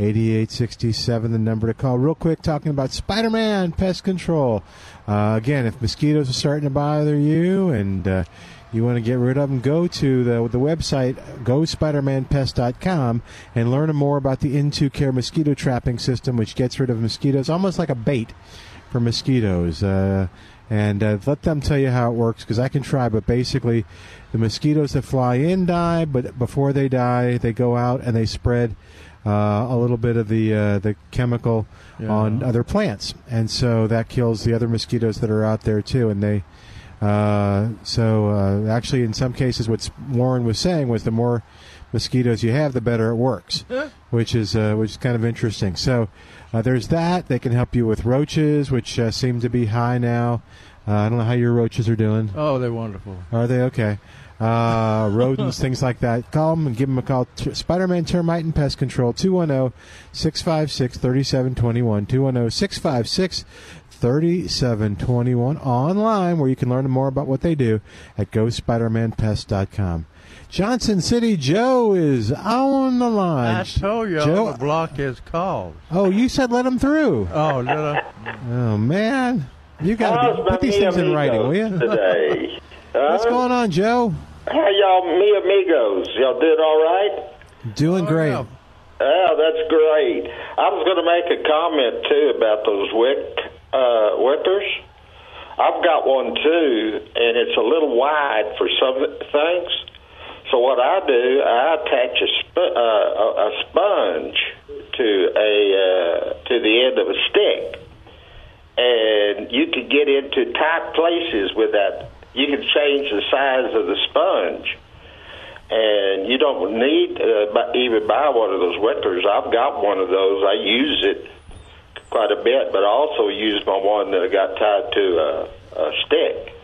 S2: 8867 the number to call real quick talking about Spider-Man pest control. Uh, again, if mosquitoes are starting to bother you and uh, you want to get rid of them, go to the, the website, gospidermanpest.com, and learn more about the Into Care mosquito trapping system, which gets rid of mosquitoes almost like a bait for mosquitoes. Uh, and uh, let them tell you how it works because I can try, but basically, the mosquitoes that fly in die, but before they die, they go out and they spread uh, a little bit of the uh, the chemical on other plants, and so that kills the other mosquitoes that are out there too, and they. Uh, so uh, actually, in some cases, what Warren was saying was the more mosquitoes you have, the better it works, which is uh, which is kind of interesting. So uh, there's that. They can help you with roaches, which uh, seem to be high now. Uh, I don't know how your roaches are doing.
S3: Oh, they're wonderful.
S2: Are they okay? Uh, rodents, things like that. Call them and give them a call. T- Spider Man Termite and Pest oh, Control, 210 656 3721. 210 656 3721 online, where you can learn more about what they do at GoSpidermanPest.com. Johnson City Joe is on the line.
S3: I told you
S2: Joe-
S3: I would block his calls.
S2: Oh, you said let him through.
S3: Oh, did I?
S2: Oh man, you got to
S9: How's my
S2: put these
S9: mi
S2: things in writing, will you? *laughs*
S9: amigos today?
S2: What's
S9: Huh?
S2: going on, Joe?
S9: How y'all, me amigos? Y'all doing all right?
S2: Doing great.
S9: Oh, that's great. I was going to make a comment too about those wick uh, whippers. I've got one too, and it's a little wide for some things. So what I do, I attach a, sp- uh, a a sponge to a uh, to the end of a stick, and you can get into tight places with that. You can change the size of the sponge and you don't need uh, bu- even buy one of those wickers. I've got one of those. I use it quite a bit, but I also use my one that I got tied to a, a stick,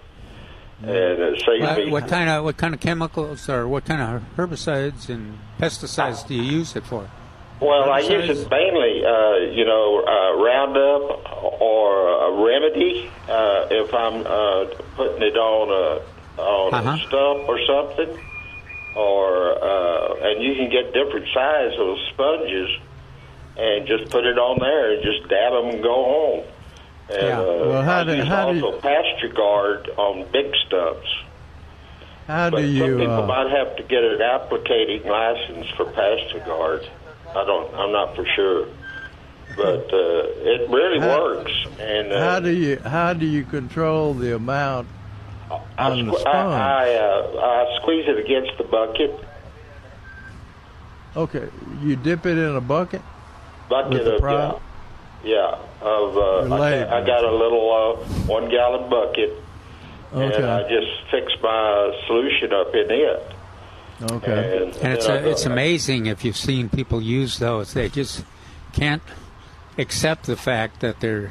S9: and it saves
S4: What,
S9: me.
S4: what kind of what kind of chemicals or what kind of herbicides and pesticides do you use it for?
S9: well, I use it mainly, uh, you know, uh, Roundup or a remedy uh, if I'm uh, putting it on a on
S4: Uh-huh.
S9: a stump or something. Or uh, and you can get different size of sponges and just put it on there and just dab them and go home. And,
S3: Yeah.
S9: uh,
S3: Well, how
S9: I
S3: do-
S9: use
S3: how do
S9: also pasture guard on big stumps.
S3: How
S9: but
S3: do
S9: some
S3: you?
S9: people
S3: uh,
S9: might have to get an applicating license for pasture guard. I don't. I'm not for sure, but uh, it really
S3: How-
S9: works. And uh,
S3: how do you? How do you control the amount
S9: Uh, I,
S3: on the
S9: sque-
S3: sponge?
S9: I, I, uh, I squeeze it against the bucket,
S3: okay, you dip it in a bucket.
S9: bucket
S3: With the
S9: of uh,
S3: prop?
S9: yeah, yeah of uh, I,
S3: Related.
S9: got- I got a little uh, one gallon bucket, and
S3: Okay.
S9: I just fix my solution up in it.
S4: Okay.
S9: And-
S4: And it's
S9: and I
S4: a, it's
S9: don't-
S4: amazing if you've seen people use those. They just can't accept the fact that they're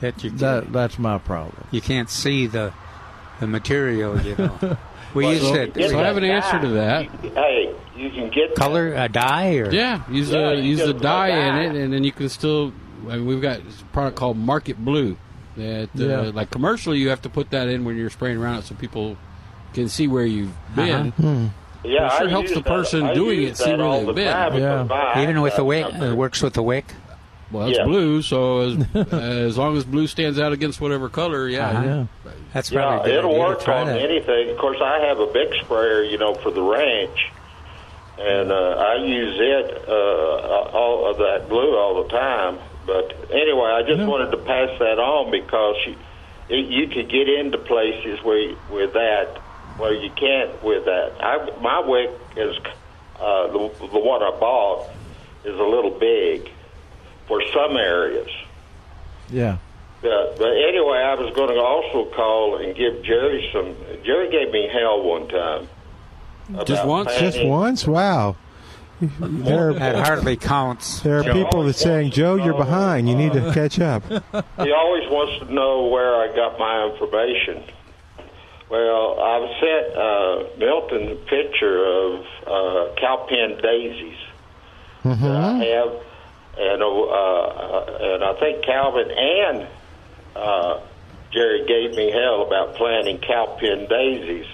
S4: that you
S3: That that's my problem.
S4: you can't see the the material. You
S3: *laughs*
S4: know, we
S7: Well,
S4: used
S7: so-
S4: it.
S7: so I have an answer to that.
S9: Hey, you can get
S4: color a dye or
S7: Yeah, use
S9: Yeah,
S7: the
S9: you
S7: use
S9: get
S7: the
S9: a
S7: dye in
S9: dye.
S7: it, and then you can still. I mean, we've got a product called Market Blue that, uh,
S3: Yeah.
S7: like commercially, you have to put that in when you're spraying around it so people can see where you've
S4: Uh-huh.
S7: been.
S4: Hmm.
S9: Yeah,
S7: But it sure
S9: I
S7: helps
S9: use
S7: the person
S9: that, I
S7: doing
S9: use
S7: it see
S9: that
S7: where
S9: all
S7: they've
S9: the
S7: been.
S9: time
S3: Yeah.
S9: because my
S4: even with
S9: eyes
S4: the
S9: got
S4: wick.
S9: nothing.
S4: It works with the wick.
S7: Well, it's
S9: Yeah.
S7: blue, so
S4: *laughs*
S7: as, as long as blue stands out against whatever color, yeah,
S3: Yeah.
S4: Uh-huh. That's
S9: Yeah,
S4: probably a good
S9: it'll
S4: idea to
S9: work
S4: try
S9: on
S4: that.
S9: anything. Of course, I have a big sprayer, you know, for the ranch, and uh, I use it uh, all of that blue all the time. But anyway, I just wanted to pass that on because you, it, you could get into places where you- with that where you can't with that. I, my wick is uh, the, the one I bought is a little big for some areas.
S3: Yeah.
S9: Yeah, but anyway, I was going to also call and give Jerry some. Jerry gave me hell one time.
S7: Just
S9: about
S7: once?
S9: planning.
S2: Just once? Wow. There are,
S4: That hardly counts.
S2: there are people that's saying, Joe, you're behind. You need
S3: Uh,
S2: to catch up.
S9: He always wants to know where I got my information. Well, I've sent uh, Milton a picture of uh, cowpen daisies that
S6: Hmm.
S9: I have, and uh, uh, and I think Calvin and uh, Jerry gave me hell about planting cowpen daisies.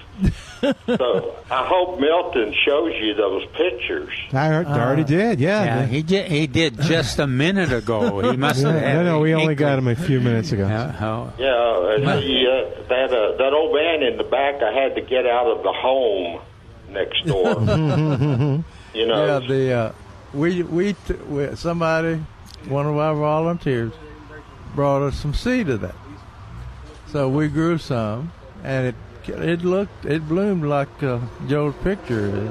S9: so I hope Milton shows you those pictures.
S2: I
S3: uh,
S2: heard- I already did, yeah.
S4: Yeah, he did, he did just a
S2: *laughs*
S4: minute ago.
S3: Oh,
S4: He must have.
S2: Yeah,
S4: had
S2: no, no, we
S4: an
S2: only got
S4: inkling.
S2: him a few minutes ago.
S4: Oh, oh.
S9: Yeah, and he, uh, that uh, that old man in the back, I had to get out of the home next door. *laughs* you
S3: Yeah.
S9: know,
S3: The uh, we we, t- we somebody, one of our volunteers, brought us some seed of that. So we grew some, and it it looked it bloomed like uh, Joe's picture is.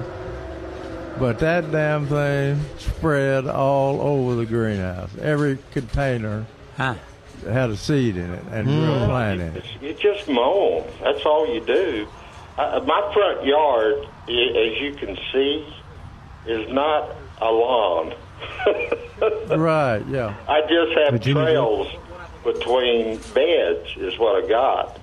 S3: But that damn thing spread all over the greenhouse. Every container
S4: Huh.
S3: had a seed in it, *laughs* and we
S9: Hmm.
S3: were planting it.
S9: it's- you Mm-hmm. just mow 'em. That's all you do. Uh, my front yard, i- as you can see, is not a lawn. *laughs*
S3: Right? Yeah.
S9: I just have
S2: Virginia Beach.
S9: trails between beds is what I got,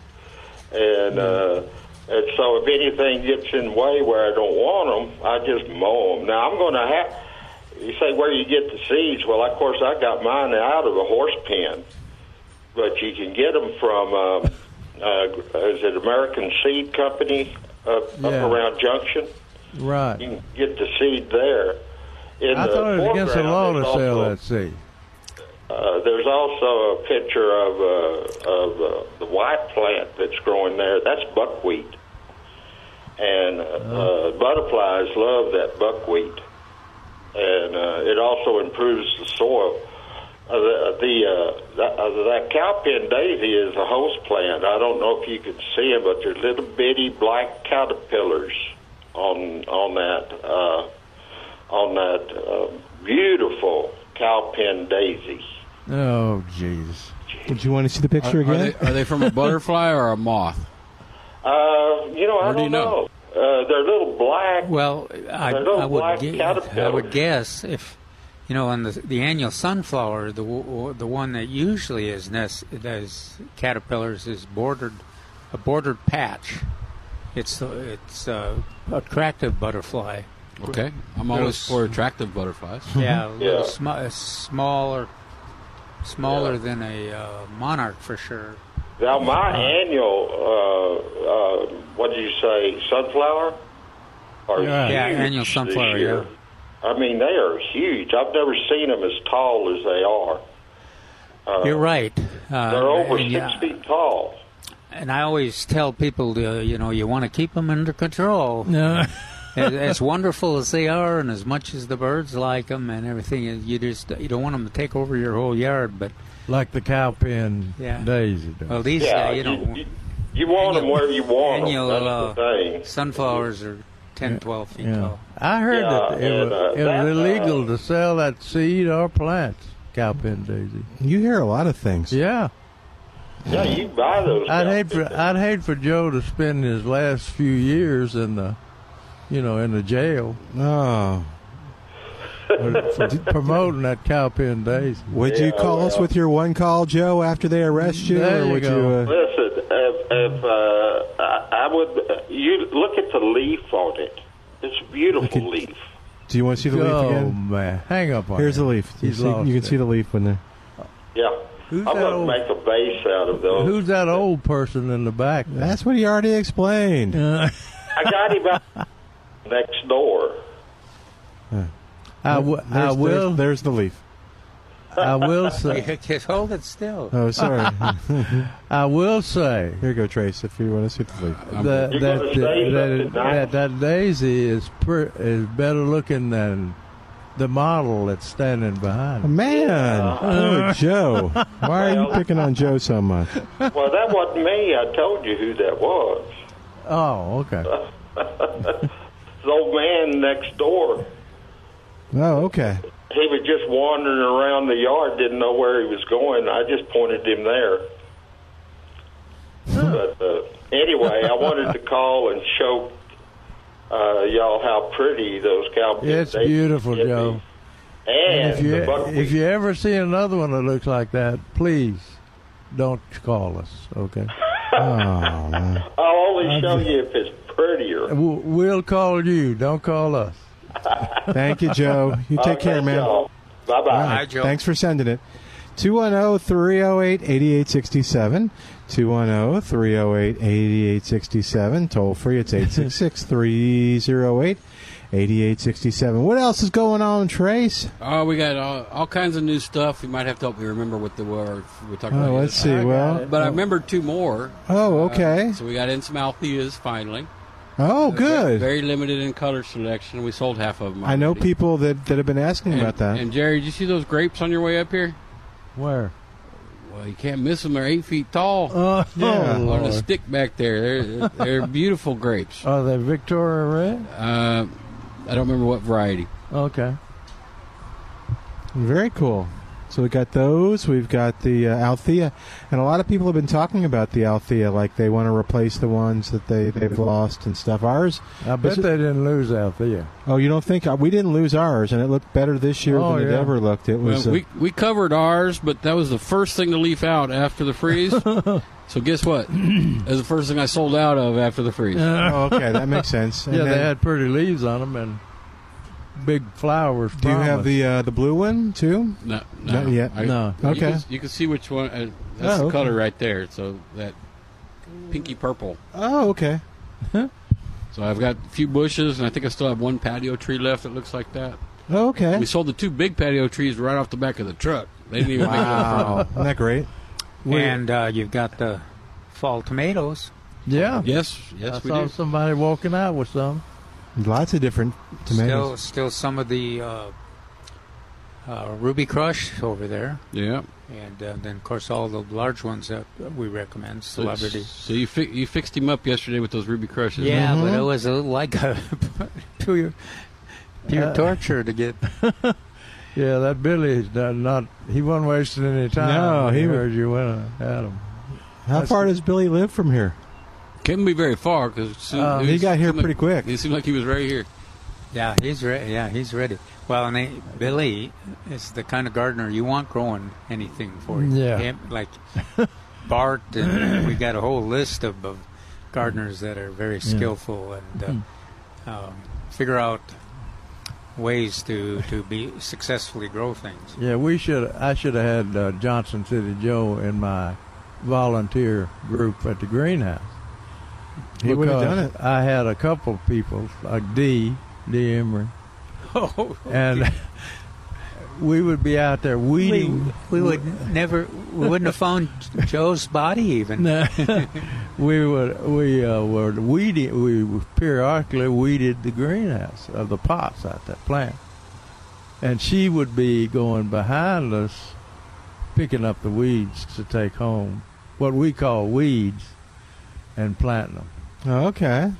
S9: and uh, and so if anything gets in the way where I don't want them, I just mow them. Now I'm going to have. You say where you get the seeds? Well, of course I got mine out of a horse pen, but you can get them from um, *laughs* uh, is it American Seed Company up,
S3: Yeah.
S9: up around Junction?
S3: Right.
S9: You can get the seed there. In
S3: I
S9: the
S3: thought it was against the
S9: foreground,
S3: law to
S9: there's
S3: sell
S9: also-
S3: that seed.
S9: uh, there's also a picture of uh, of uh, the white plant that's growing there. That's buckwheat, and uh, uh, butterflies love that buckwheat, and uh, it also improves the soil. Uh, the the, uh, that, uh, that cowpin daisy is a host plant. I don't know if you can see them, but they're little bitty black caterpillars on on that uh, on that uh, beautiful cowpin daisy.
S3: Oh, jeez.
S2: Would you want to see the picture
S7: Are- are
S2: again?
S7: they- are
S2: *laughs*
S7: they from a butterfly or a moth?
S9: Uh, you know, I
S7: Or do
S9: don't
S7: you
S9: know. Uh, they're little black.
S4: Well, I,
S9: they're little
S4: I
S9: black
S4: would gue- I
S9: caterpillars.
S4: would guess if you know on the the annual sunflower, the w- w- the one that usually is nest those caterpillars is bordered a bordered patch. It's uh, it's uh, attractive butterfly.
S7: Okay, I'm
S4: Little
S7: always
S4: s-
S7: for attractive butterflies.
S4: *laughs* Yeah, a little
S7: Yeah.
S4: sm- uh, smaller, smaller than a uh, monarch for sure.
S9: Now, my annual, uh, uh, what do you say, sunflower? Are
S4: Yeah. Yeah,
S9: huge
S4: annual
S9: this
S4: sunflower,
S9: year. I mean, they are huge. I've never seen them as tall as they are. Uh,
S4: You're right. Uh,
S9: They're over
S4: and
S9: six
S4: yeah,
S9: feet tall.
S4: And I always tell people, to, you know, you want to keep them under control.
S3: No.
S4: as,
S3: *laughs*
S4: as wonderful as they are, and as much as the birds like them and everything, you just you don't want them to take over your whole yard. But
S3: Like the cowpen
S4: Yeah.
S3: daisy. does.
S4: well, these
S9: Yeah,
S4: uh, you
S9: you-
S4: know
S9: you, you want them where you want
S4: annual
S9: them. That's the
S4: uh,
S9: thing.
S4: sunflowers are 10, 12 feet
S3: Yeah.
S4: tall.
S3: I heard
S9: Yeah,
S3: that it
S9: and,
S3: was,
S9: uh,
S3: it was
S9: that,
S3: illegal to sell that seed or plants, cowpen daisy.
S2: You hear a lot of things.
S3: Yeah.
S9: Yeah, you can buy those.
S3: I'd
S9: now.
S3: hate for I'd hate for Joe to spend his last few years in the, you know, in the jail
S2: Oh.
S3: for, for promoting that cowpen daisy.
S2: Would you
S9: Yeah,
S2: call us
S9: well.
S2: with your one call, Joe, after they arrest you?
S3: There
S2: or
S3: you
S2: would
S3: go.
S2: you. Uh,
S9: Listen, if, if uh, I, I would, you look at the leaf on it. It's a beautiful
S2: Look
S9: leaf.
S2: do you want to see the
S3: oh
S2: leaf again?
S3: man, hang up on.
S2: Here's
S3: him.
S2: the leaf. You,
S3: He's
S2: see- you
S3: lost
S2: can
S3: it.
S2: see the leaf when they're.
S9: Yeah,
S3: Who's
S9: I'm
S3: that
S9: gonna
S3: old-
S9: make a vase out of those.
S3: Who's that old person in the back? there?
S2: That's what he already explained.
S3: Uh,
S9: I got him out next door.
S3: I, w-
S2: There's,
S3: I
S2: there's-
S3: will.
S2: There's the leaf.
S3: I
S4: *laughs*
S3: will say.
S4: Just hold it still.
S3: *laughs*
S2: Oh, sorry. *laughs*
S4: *laughs*
S3: I will say
S2: Here you go, Trace, if you want to see the leaf.
S3: that that
S9: You're
S3: that,
S9: gonna say
S3: that,
S9: something
S3: that,
S9: nice.
S3: that daisy is per, is better looking than the model that's standing behind. him. Oh.
S2: Man, poor Joe. Why are you picking on Joe so much?
S9: Well, that wasn't me. I told you who that was. *laughs*
S3: Oh, okay.
S9: The old man next door.
S2: Oh, okay.
S9: He was just wandering around the yard, didn't know where he was going. I just pointed him there. But uh, anyway, I wanted to call and show uh, y'all how pretty those cowboys.
S3: It's beautiful, Joe.
S9: And,
S3: If you
S9: the buckwheat.
S3: if you ever see another one that looks like that, please don't call us.
S9: *laughs*
S3: Okay, Oh,
S9: I'll only show you if it's prettier.
S3: W- we'll call you. Don't call
S9: *laughs*
S3: us.
S2: Thank you, Joe. You
S3: Uh,
S2: take care, man.
S9: Bye
S2: All
S9: bye.
S2: right. Thanks for sending it. oh, 210-308-8867. oh, 210-308-8867. Toll free, it's 866-308-8867. What else is going on, Trace?
S7: Oh, we got all, all kinds of new stuff. You might have to help me remember what the were we talked about.
S2: Oh, let's see. Well,
S7: But I remember two more. Uh,
S2: oh, okay.
S7: So we got Insmaltheas finally.
S2: Oh,
S7: Very,
S2: good.
S7: very limited in color selection. We sold half of them.
S2: I know
S7: already.
S2: people that, that have been asking
S7: And-
S2: about that.
S7: And Jerry, did you see those grapes on your way up here?
S3: Where?
S7: Well, you can't miss them. They're eight feet tall
S3: Oh,
S2: Yeah.
S3: oh,
S7: on a
S3: Lord.
S7: stick back there. They're, they're beautiful grapes.
S3: Are they Oh, Victoria Red?
S7: Uh, I don't remember what variety.
S3: Okay.
S2: Very cool. So we got those. We've got the uh, Althea, and a lot of people have been talking about the Althea, like they want to replace the ones that they they've lost and stuff. Ours.
S3: I bet
S2: Is it-
S3: they didn't lose out there.
S2: Oh, you don't think we didn't lose ours, and it looked better this year
S3: Oh,
S2: than it
S3: yeah.
S2: ever looked. It
S7: Well,
S2: was. uh,
S7: we we covered ours, but that was the first thing to leaf out after
S2: *laughs*
S7: the freeze. so guess what? That was the first thing I sold
S2: *laughs*
S7: out of after the freeze.
S3: *laughs*
S2: oh, okay, Oh, that makes sense. And
S3: Yeah, they
S2: then-
S3: had pretty leaves on them, and big flowers.
S2: Do you have the uh, the blue one too?
S7: No,
S2: not yet.
S7: I- You
S2: Okay.
S7: can, you can see which one. Uh, that's
S2: Oh,
S7: the
S2: okay.
S7: color right there. So that pinky purple.
S2: Oh, okay.
S7: So I've got a few bushes, and I think I still have one patio tree left that looks like that.
S2: Oh, okay.
S7: We sold the two big patio trees right off the back of the truck. They didn't even make one from it.
S2: Isn't that great?
S4: And uh, you've got the fall tomatoes.
S3: Yeah.
S7: Yes.
S3: I saw somebody walking out with some.
S2: Lots of different
S4: Still,
S2: tomatoes.
S4: still some of the uh, uh, Ruby Crush over there.
S7: Yeah.
S4: And uh, then, of course, all the large ones that we *laughs* recommend,
S7: So, it's-
S4: Celebrity.
S7: so you fi- you fixed him up yesterday with those ruby crushes.
S4: Yeah, but
S3: Mm-hmm.
S4: it was a, like a pure, pure
S3: Uh,
S4: torture to get.
S3: *laughs* Yeah, that Billy is not, not he wasn't wasting any time.
S2: No, he was-
S3: heard you went at him.
S2: How far does Billy live from here?
S7: couldn't be very far because
S2: Uh, he got here pretty quick.
S7: He seemed like he was right here.
S4: Yeah, he's ready. Yeah, he's ready. Well, and they, Billy is the kind of gardener you want growing anything for you.
S3: Yeah.
S4: Him, like *laughs* Bart, and we got a whole list of, of gardeners that are very
S3: Yeah.
S4: skillful and uh, um, figure out ways to to be successfully grow things.
S3: Yeah, we should. I should have had uh, Johnson City Joe in my volunteer group at the greenhouse.
S2: He would've
S3: Because
S2: done it.
S3: I had a couple people, like D. D. Emery,
S4: *laughs* Oh,
S3: and *laughs* we would be out there
S4: we,
S3: weeding.
S4: we would never we wouldn't have found Joe's body even.
S3: No. *laughs* we would we uh, were weeding. We periodically weeded the greenhouse of the pots out there, plant, and she would be going behind us, picking up the weeds to take home, what we call weeds, and planting them.
S2: Oh, okay.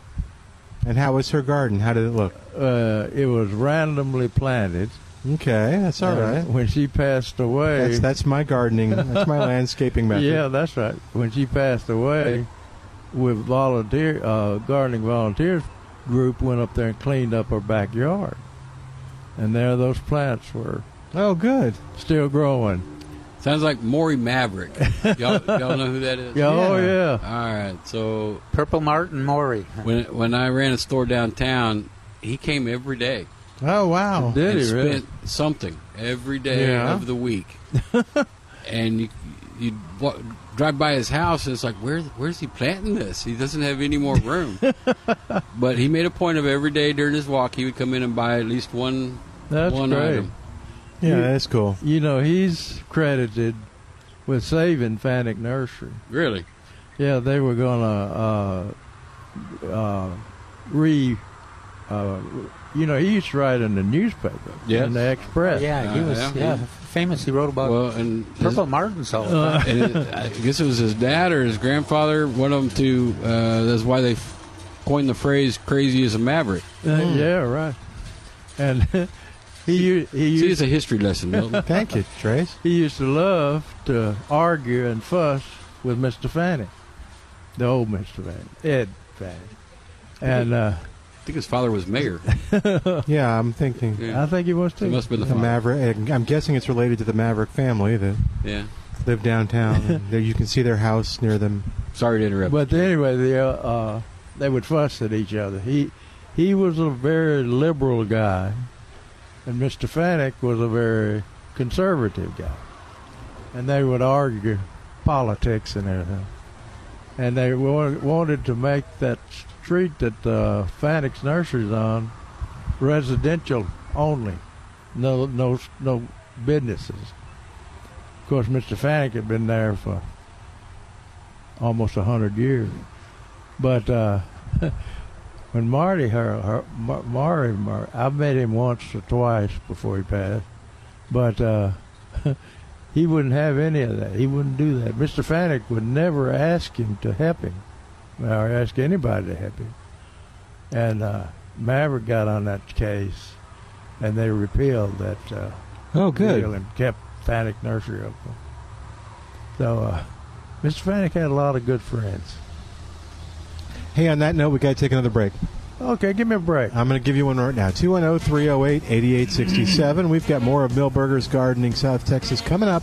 S2: And how was her garden? How did it look?
S3: Uh, it was randomly planted.
S2: Okay, that's all
S3: And
S2: right.
S3: When she passed away,
S2: That's that's my gardening.
S3: *laughs*
S2: That's my landscaping method.
S3: Yeah, that's right. When she passed away, with volunteer uh, gardening volunteers group went up there and cleaned up her backyard, and there those plants were
S2: Oh, good.
S3: still growing.
S7: Sounds like
S3: *laughs*
S7: Maury Maverick. y'all, y'all know who that is?
S3: Yeah, Oh yeah,
S7: All right. So
S4: Purple Martin Maury.
S7: when when I ran a store downtown, he came every day.
S2: Oh, wow.
S3: did
S7: and
S3: he
S7: spent
S3: really?
S7: something every day
S2: Yeah.
S7: of
S3: *laughs*
S7: the week. and you you wa- drive by his house and it's like where where's he planting this? He doesn't have any
S3: *laughs*
S7: more room. but he made a point of every day during his walk he would come in and buy at least one
S3: That's
S7: one
S3: great.
S7: item.
S2: Yeah, that's cool.
S3: You know he's credited with saving Fannick Nursery.
S7: Really?
S3: Yeah, they were gonna uh, uh, re. Uh, you know, he used to write in the newspaper,
S7: Yes.
S3: in the Express.
S4: Yeah, he
S7: Uh,
S4: was
S7: yeah.
S4: yeah. famous. He wrote about
S7: Well, and his-
S4: Purple Martin's all
S3: Uh,
S7: *laughs*
S4: about.
S7: and it, I guess it was his dad or his grandfather, one of them. To uh, that's why they coined the phrase "crazy as a maverick."
S3: Uh,
S2: Hmm.
S3: Yeah, right. And *laughs* he u- he
S7: See, it's
S3: used
S7: a history lesson. Milton.
S2: Thank you, Trace.
S3: he used to love to argue and fuss with Mister Fanning, the old Mister Fanning, Ed Fanning. And uh,
S7: I think his father
S3: *laughs*
S7: was mayor.
S2: Yeah, I'm thinking.
S7: Yeah.
S3: I think he was
S7: So
S3: too.
S7: it must have been the
S2: The
S7: father.
S2: Maverick. I'm guessing it's related to the Maverick family that
S7: Yeah.
S2: live downtown.
S3: *laughs*
S2: and there, you can see their house near them.
S7: Sorry to interrupt.
S3: But anyway, they uh, uh, they would fuss at each other. He he was a very liberal guy, and Mister Fannick was a very conservative guy, and they would argue politics and everything. And they wa- wanted to make that street that uh, Fannick's nursery's on residential only, no no no businesses. Of course, Mister Fannick had been there for almost a hundred years. But uh, *laughs* when Marty, her, her Mar- Marty, Mar- I met him once or twice before he passed, but uh, *laughs* he wouldn't have any of that. He wouldn't do that. Mister Fannick would never ask him to help him, or ask anybody to help him. And uh, Maverick got on that case, and they repealed that. Uh,
S2: Oh,
S3: deal and kept Fannick Nursery up. So, uh, Mr. Fannick had a lot of good friends.
S2: Hey, on that note, we got to take another break.
S3: Okay, give me a break.
S2: I'm going to give you one oh, right now. 210 308 8867. We've got more of Millburgers Gardening South Texas coming up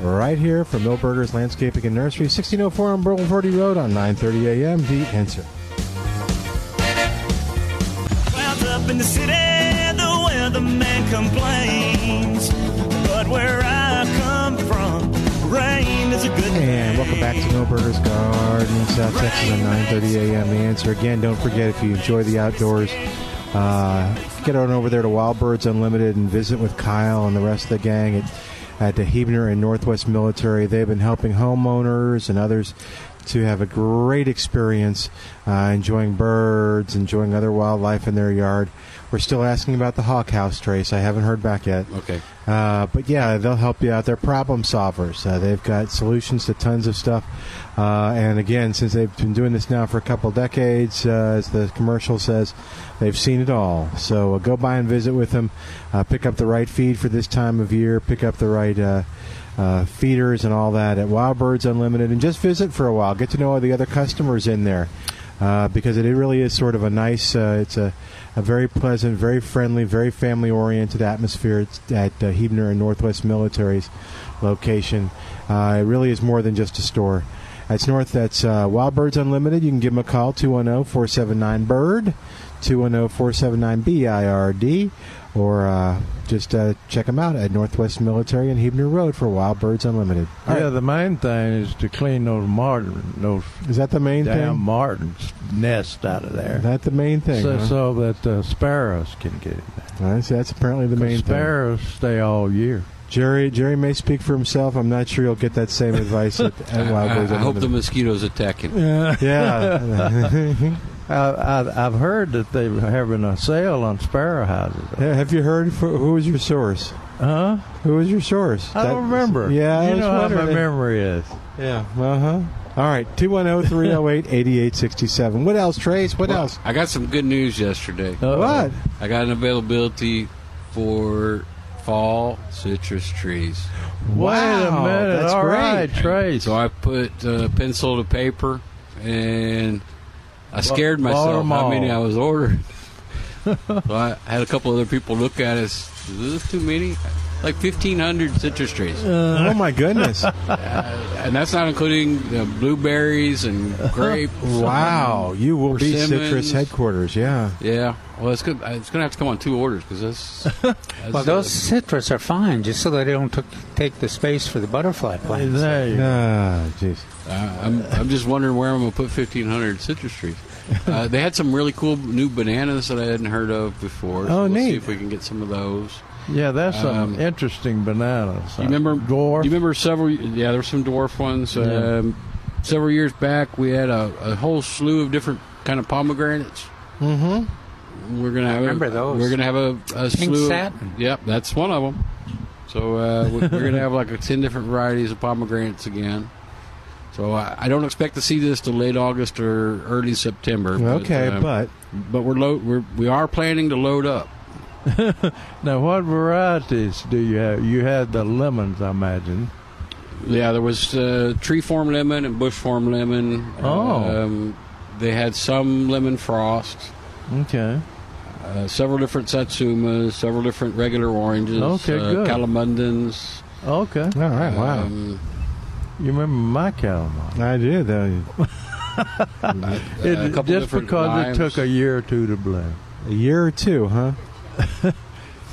S2: right here from Millburgers Landscaping and Nursery, 1604 on Burl Verde Road on 930 a.m. The answer.
S8: Clouds up in the city, the man complains. But where I come from, rain is a good
S2: And welcome back to No Burgers Garden, South Texas, at 9:30 a.m. The answer again. Don't forget if you enjoy the outdoors, uh, get on over there to Wild Birds Unlimited and visit with Kyle and the rest of the gang at at the Hebner and Northwest Military. They've been helping homeowners and others to have a great experience uh, enjoying birds, enjoying other wildlife in their yard. We're still asking about the hawk house, Trace. I haven't heard back yet.
S7: Okay.
S2: Uh, but yeah, they'll help you out. They're problem solvers. Uh, they've got solutions to tons of stuff. Uh, and again, since they've been doing this now for a couple decades, uh, as the commercial says, they've seen it all. So uh, go by and visit with them. Uh, pick up the right feed for this time of year. Pick up the right. Uh, uh, feeders and all that at Wild Birds Unlimited, and just visit for a while. Get to know all the other customers in there uh, because it really is sort of a nice. Uh, it's a, a very pleasant, very friendly, very family oriented atmosphere at, at uh, Hebner and Northwest Military's location. Uh, it really is more than just a store. That's North. That's uh, Wild Birds Unlimited. You can give them a call oh, 210 479 Bird, 210 479 B I R D, or uh, just uh, check them out at Northwest Military and Hebner Road for Wild Birds Unlimited. All right.
S3: Yeah, the main thing is to clean those martin, those
S2: Is that the main
S3: damn
S2: thing?
S3: martins nest out of there.
S2: Is that the main thing?
S3: so,
S2: huh? *laughs*
S3: so that the sparrows can get in there.
S2: That's, that's apparently the main thing.
S3: sparrows stay all year.
S2: Jerry Jerry may speak for himself. I'm not sure he'll get that same advice at,
S7: *laughs*
S2: at Wild
S7: I,
S2: Birds
S7: I hope the
S2: Unlimited.
S7: mosquitoes attack
S3: *laughs*
S7: him.
S2: yeah.
S3: I, I, I've heard that they're having a sale on sparrow houses.
S2: Yeah, Have you heard? For, who was your source?
S3: Huh?
S2: Who was your source?
S3: I
S2: That-
S3: don't remember.
S2: Yeah, I
S3: you
S2: was
S3: know how my
S2: wondering.
S3: memory is.
S2: Yeah. Uh huh. All right. oh, 210 308 8867. What else, Trace? What else?
S7: I got some good news yesterday.
S2: What?
S7: I got an availability for fall citrus trees.
S2: Wow,
S3: Wait a minute.
S2: that's
S3: All
S2: great.
S3: right, Trace.
S7: So I put uh, pencil to paper, and I scared
S3: borrow
S7: myself
S3: them
S7: how
S3: all.
S7: many I was ordering. *laughs* so I had a couple other people look at it. Is this too many? Like 1,500 citrus trees.
S3: Uh.
S2: oh, my
S7: *laughs*
S2: goodness.
S7: And that's not including the blueberries and grape.
S2: *laughs* wow. You will be
S7: Persimmons.
S2: Citrus headquarters. *laughs* Yeah.
S7: Yeah. Well, it's good. Uh, It's going to have to come on two orders because
S2: *laughs*
S7: that's. that's
S4: Well, those citrus are fine, just so that they don't took take the space for the butterfly plants.
S3: There you go.
S2: Ah, jeez.
S7: Uh, I'm, I'm just wondering where I'm going to put 1,500 citrus trees. Uh, they had some really cool new bananas that I hadn't heard of before. so
S2: Oh,
S7: we'll
S2: neat.
S7: See if we can get some of those.
S3: Yeah, that's some
S7: Um,
S3: interesting bananas.
S7: You remember
S3: dwarf?
S7: You remember several? Yeah, there were some dwarf ones. Um, several years back, we had a, a whole slew of different kind of pomegranates. Mm-hmm. We're gonna have
S4: remember
S7: a,
S4: those.
S7: We're gonna have a, a
S4: Pink
S7: slew.
S4: satin.
S7: Of, yep, that's one of them. So uh, we- we're gonna have like a ten different varieties of pomegranates again. So I, I don't expect to see this till late August or early September.
S2: Okay,
S7: uh,
S2: but
S7: but we're load we're we are planning to load up.
S3: now, what varieties do you have? You had the lemons, I imagine.
S7: Yeah, there was uh, tree form lemon and bush form lemon.
S3: Oh.
S7: Um, they had some lemon frost,
S3: Okay.
S7: uh, several different satsumas, several different regular oranges,
S3: Okay,
S7: uh,
S3: good.
S7: calamundins.
S3: Oh, Okay.
S2: all right. Wow.
S7: Um,
S3: You remember my calamari?
S2: I do though.
S3: It-
S7: *laughs* a couple
S3: just
S7: different
S3: because
S7: limes.
S3: it took a year or two to bloom.
S2: *laughs* A year or two, huh?
S7: *laughs*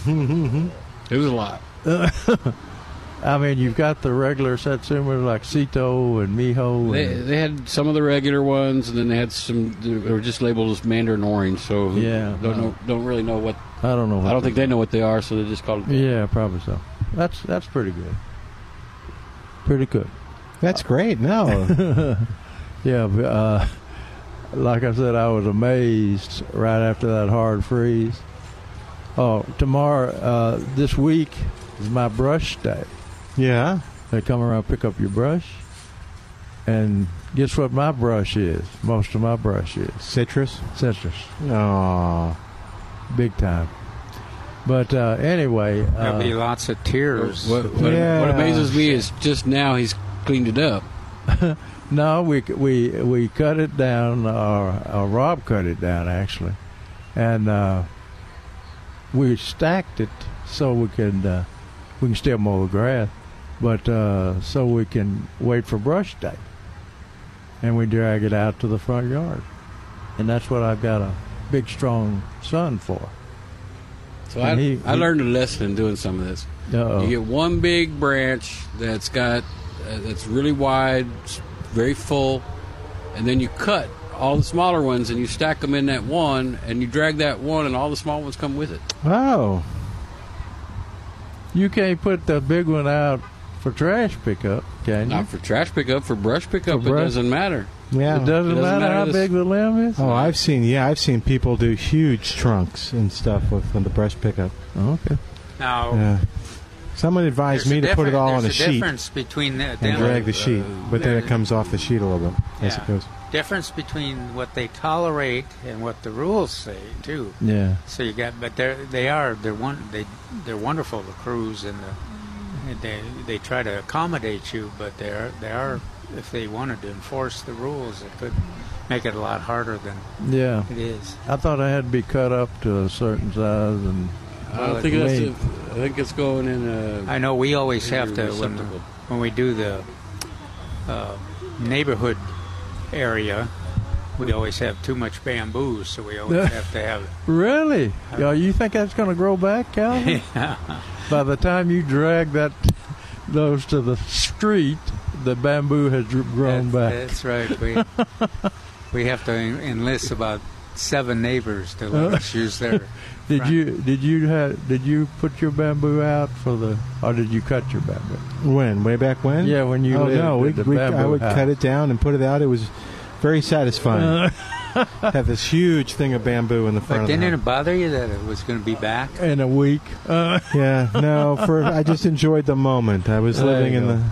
S7: it was a lot.
S3: *laughs* I mean, you've got the regular satsumas like Sito and Miho.
S7: They,
S3: And,
S7: they had some of the regular ones, and then they had some. They were just labeled as mandarin orange, so
S3: Yeah.
S7: don't know, don't really know what.
S3: I don't know. What
S7: I don't think they know what they are, so they just called it.
S3: Yeah, probably so. That's that's pretty good. Pretty good.
S2: That's great.
S7: *laughs*
S2: No. *laughs*
S3: Yeah, but, uh, like I said, I was amazed right after that hard freeze. Oh, tomorrow, uh, this week is my brush day.
S2: yeah.
S3: They come around, pick up your brush, and guess what? My brush is most of my brush is
S2: Citrus.
S3: citrus,
S2: Oh.
S3: big time. But uh, anyway,
S4: There'll be
S3: uh,
S4: lots of tears.
S7: What, what,
S2: Yeah.
S7: what amazes me is just now he's cleaned it up.
S3: *laughs* no, we we we cut it down, or, or Rob cut it down actually, and uh, we stacked it so we could uh, we can still mow the grass, but uh, so we can wait for brush day, and we drag it out to the front yard, and that's what I've got a big strong sun for.
S7: So I,
S3: And he-
S7: I
S3: he-
S7: learned a lesson in doing some of this.
S3: Uh-oh.
S7: You get one big branch that's got uh, that's really wide, s- very full, and then you cut all the smaller ones and you stack them in that one, and you drag that one, and all the small ones come with it.
S3: Oh. You can't put the big one out for trash pickup, can you?
S7: Not for trash pickup, for brush pickup,
S3: Mm-hmm. For brush-
S7: it doesn't matter.
S3: It doesn't, matter, how
S7: this-
S3: big the limb is.
S2: Oh, I've seen. Yeah, I've seen people do huge trunks and stuff with, with the brush pickup.
S7: Oh,
S3: Okay.
S4: Now,
S2: Yeah. Someone
S4: there's
S2: advised me
S4: a
S2: to put it
S4: different-
S2: all on a
S4: there's
S2: sheet
S4: difference between the,
S2: and
S4: them-
S2: drag the sheet, but then
S4: there-
S2: it comes off the sheet a little bit as
S4: Yeah.
S2: it goes.
S4: difference between what they tolerate and what the rules say too.
S2: Yeah.
S4: So you got, but they're they are they're one they they're wonderful the crews and the they they try to accommodate you, but they are they are if they wanted to enforce the rules, it could make it a lot harder than
S3: Yeah.
S4: it is.
S3: I thought I had to be cut up to a certain size and.
S7: I don't think that's. *laughs* if- I think it's going in a.
S4: I know we always
S7: bigger
S4: have to when,
S7: receptacle.
S4: when we do the uh, neighborhood area. We always have too much bamboo, so
S3: *laughs*
S4: we always have to have.
S3: Really? Yeah, you think that's going to grow back, Calvin? By the time you drag that those to the street, the bamboo has r- grown back.
S4: That's right.
S3: *laughs*
S4: We we have to en- enlist about seven neighbors
S3: *laughs*
S4: to let us use their.
S3: Did
S4: front.
S3: you did you ha did you put your bamboo out for the or did you cut your bamboo?
S2: When? Way back when?
S3: Yeah, when you
S2: Oh
S3: lived
S2: no,
S3: at
S2: we,
S3: the
S2: we,
S3: bamboo
S2: I would
S3: house. Uh.
S2: cut it down and put it out. It was very satisfying. *laughs* Have this huge thing of bamboo in the front
S4: But
S2: of the
S4: didn't
S2: house.
S4: it bother you that it was going to be back?
S3: in a week? Uh,
S2: yeah, no. For I just enjoyed the moment. I was
S3: There
S2: living
S3: you
S2: in
S3: go.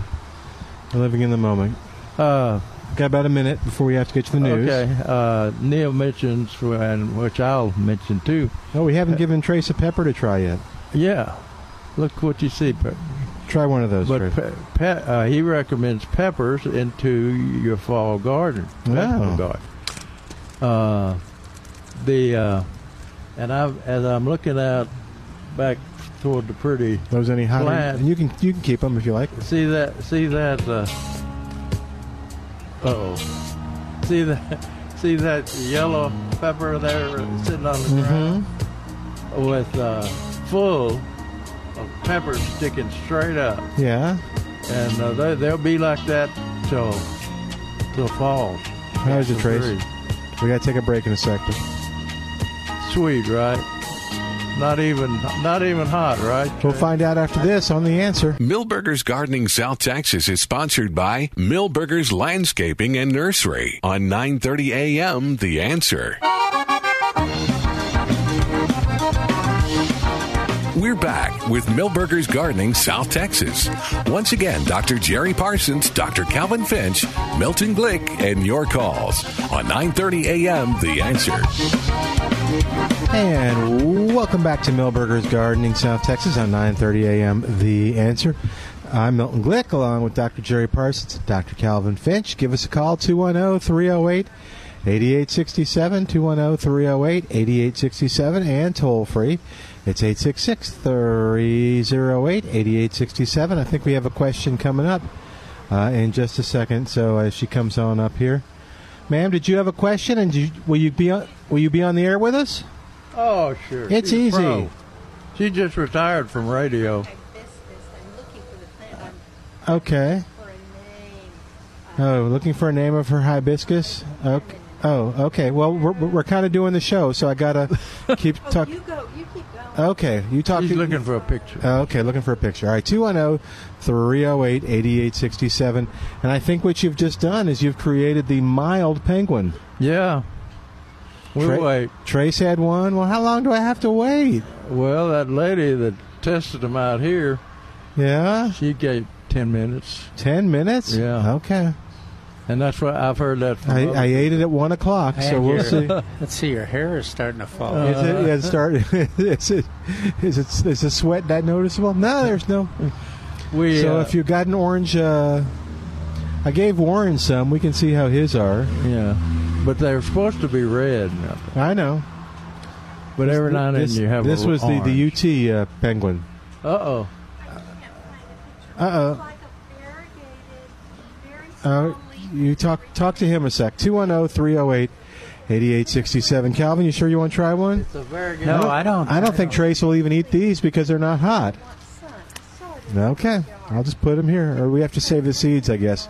S2: the living in the moment.
S3: uh,
S2: Got about a minute before we have to get to the news.
S3: okay. Uh, Neil mentions and which I'll mention too.
S2: No, Oh, we haven't given Trace a pepper to try yet.
S3: Yeah, look what you see, but
S2: Try one of those.
S3: But
S2: Trace.
S3: pe- pe- uh, he recommends peppers into your fall garden, vegetable
S2: Oh.
S3: garden. Uh, the uh, and I am as I'm looking out back toward the pretty,
S2: those any hot?
S3: Glad.
S2: You can you can keep them if you like.
S3: see that see that uh oh, see that *laughs* see that yellow pepper there sitting on the ground
S2: Mm-hmm.
S3: with uh, full of peppers sticking straight up
S2: Yeah.
S3: and uh, they, they'll be like that till till fall.
S2: How's it,
S3: It's
S2: Trace?
S3: very
S2: We gotta take a break in a second.
S3: Sweet, right? Not even not even hot, right?
S2: We'll find out after this on the answer.
S10: Millburgers Gardening South Texas is sponsored by Millburgers Landscaping and Nursery on 9:30 a.m. The Answer. We're back with Millburgers Gardening South Texas. Once again, Dr. Jerry Parsons, Dr. Calvin Finch, Milton Glick, and your calls on 9:30 a.m. The Answer.
S2: And welcome back to Millburgers Gardening, South Texas on 9:30 a.m. The Answer. I'm Milton Glick along with Dr. Jerry Parsons, Dr. Calvin Finch. Give us a call oh, 210-308 8867 210-308-8867 and toll free it's 866-308-8867 i think we have a question coming up uh, in just a second so as she comes on up here ma'am did you have a question and did you, will you be on, will you be on the air with us
S3: Oh, sure.
S2: It's
S3: She's a
S2: easy.
S3: pro. She just retired from radio.
S2: Okay. Oh, looking for a name of her hibiscus. Okay. Oh, okay. Well, we're, we're kind of doing the show, so I *laughs* gotta keep talking. Oh, You go. You keep going. Okay, you talk.
S3: She's looking for a picture.
S2: Okay, looking for a picture. All right, oh, 210 308 8867. And I think what you've just done is you've created the mild penguin.
S3: Yeah. We'll
S2: Tra-
S3: wait.
S2: Trace had one. Well, how long do I have to wait?
S3: Well, that lady that tested them out here,
S2: Yeah?
S3: she gave ten minutes,
S2: 10 minutes?
S3: Yeah.
S2: Okay.
S3: and that's what I've heard that from.
S2: I,
S3: other-
S2: I ate it at 1 o'clock, so
S4: Man,
S2: we'll see. Uh,
S4: your- Let's see, your hair is starting to fall.
S2: Is it, yeah, start, *laughs* is, it, is, it, is the sweat that noticeable? No, there's no.
S3: we
S2: So
S3: uh,
S2: if you got an orange, uh, I gave Warren some. We can see how his are.
S3: yeah, but they're supposed to be red. now.
S2: I know.
S3: But every now and then
S2: This-
S3: you have.
S2: This
S3: a
S2: was the, the UT uh, penguin.
S3: Uh oh.
S2: Uh oh. Uh, you talk talk to him a sec. 210 308 8867. Calvin, you sure you want to try one?
S3: It's a very good-
S2: I
S3: No,
S2: don't-
S3: I don't.
S2: I don't think Trace will even eat these because they're not hot. Okay, I'll just put them here, or we have to save the seeds, I guess.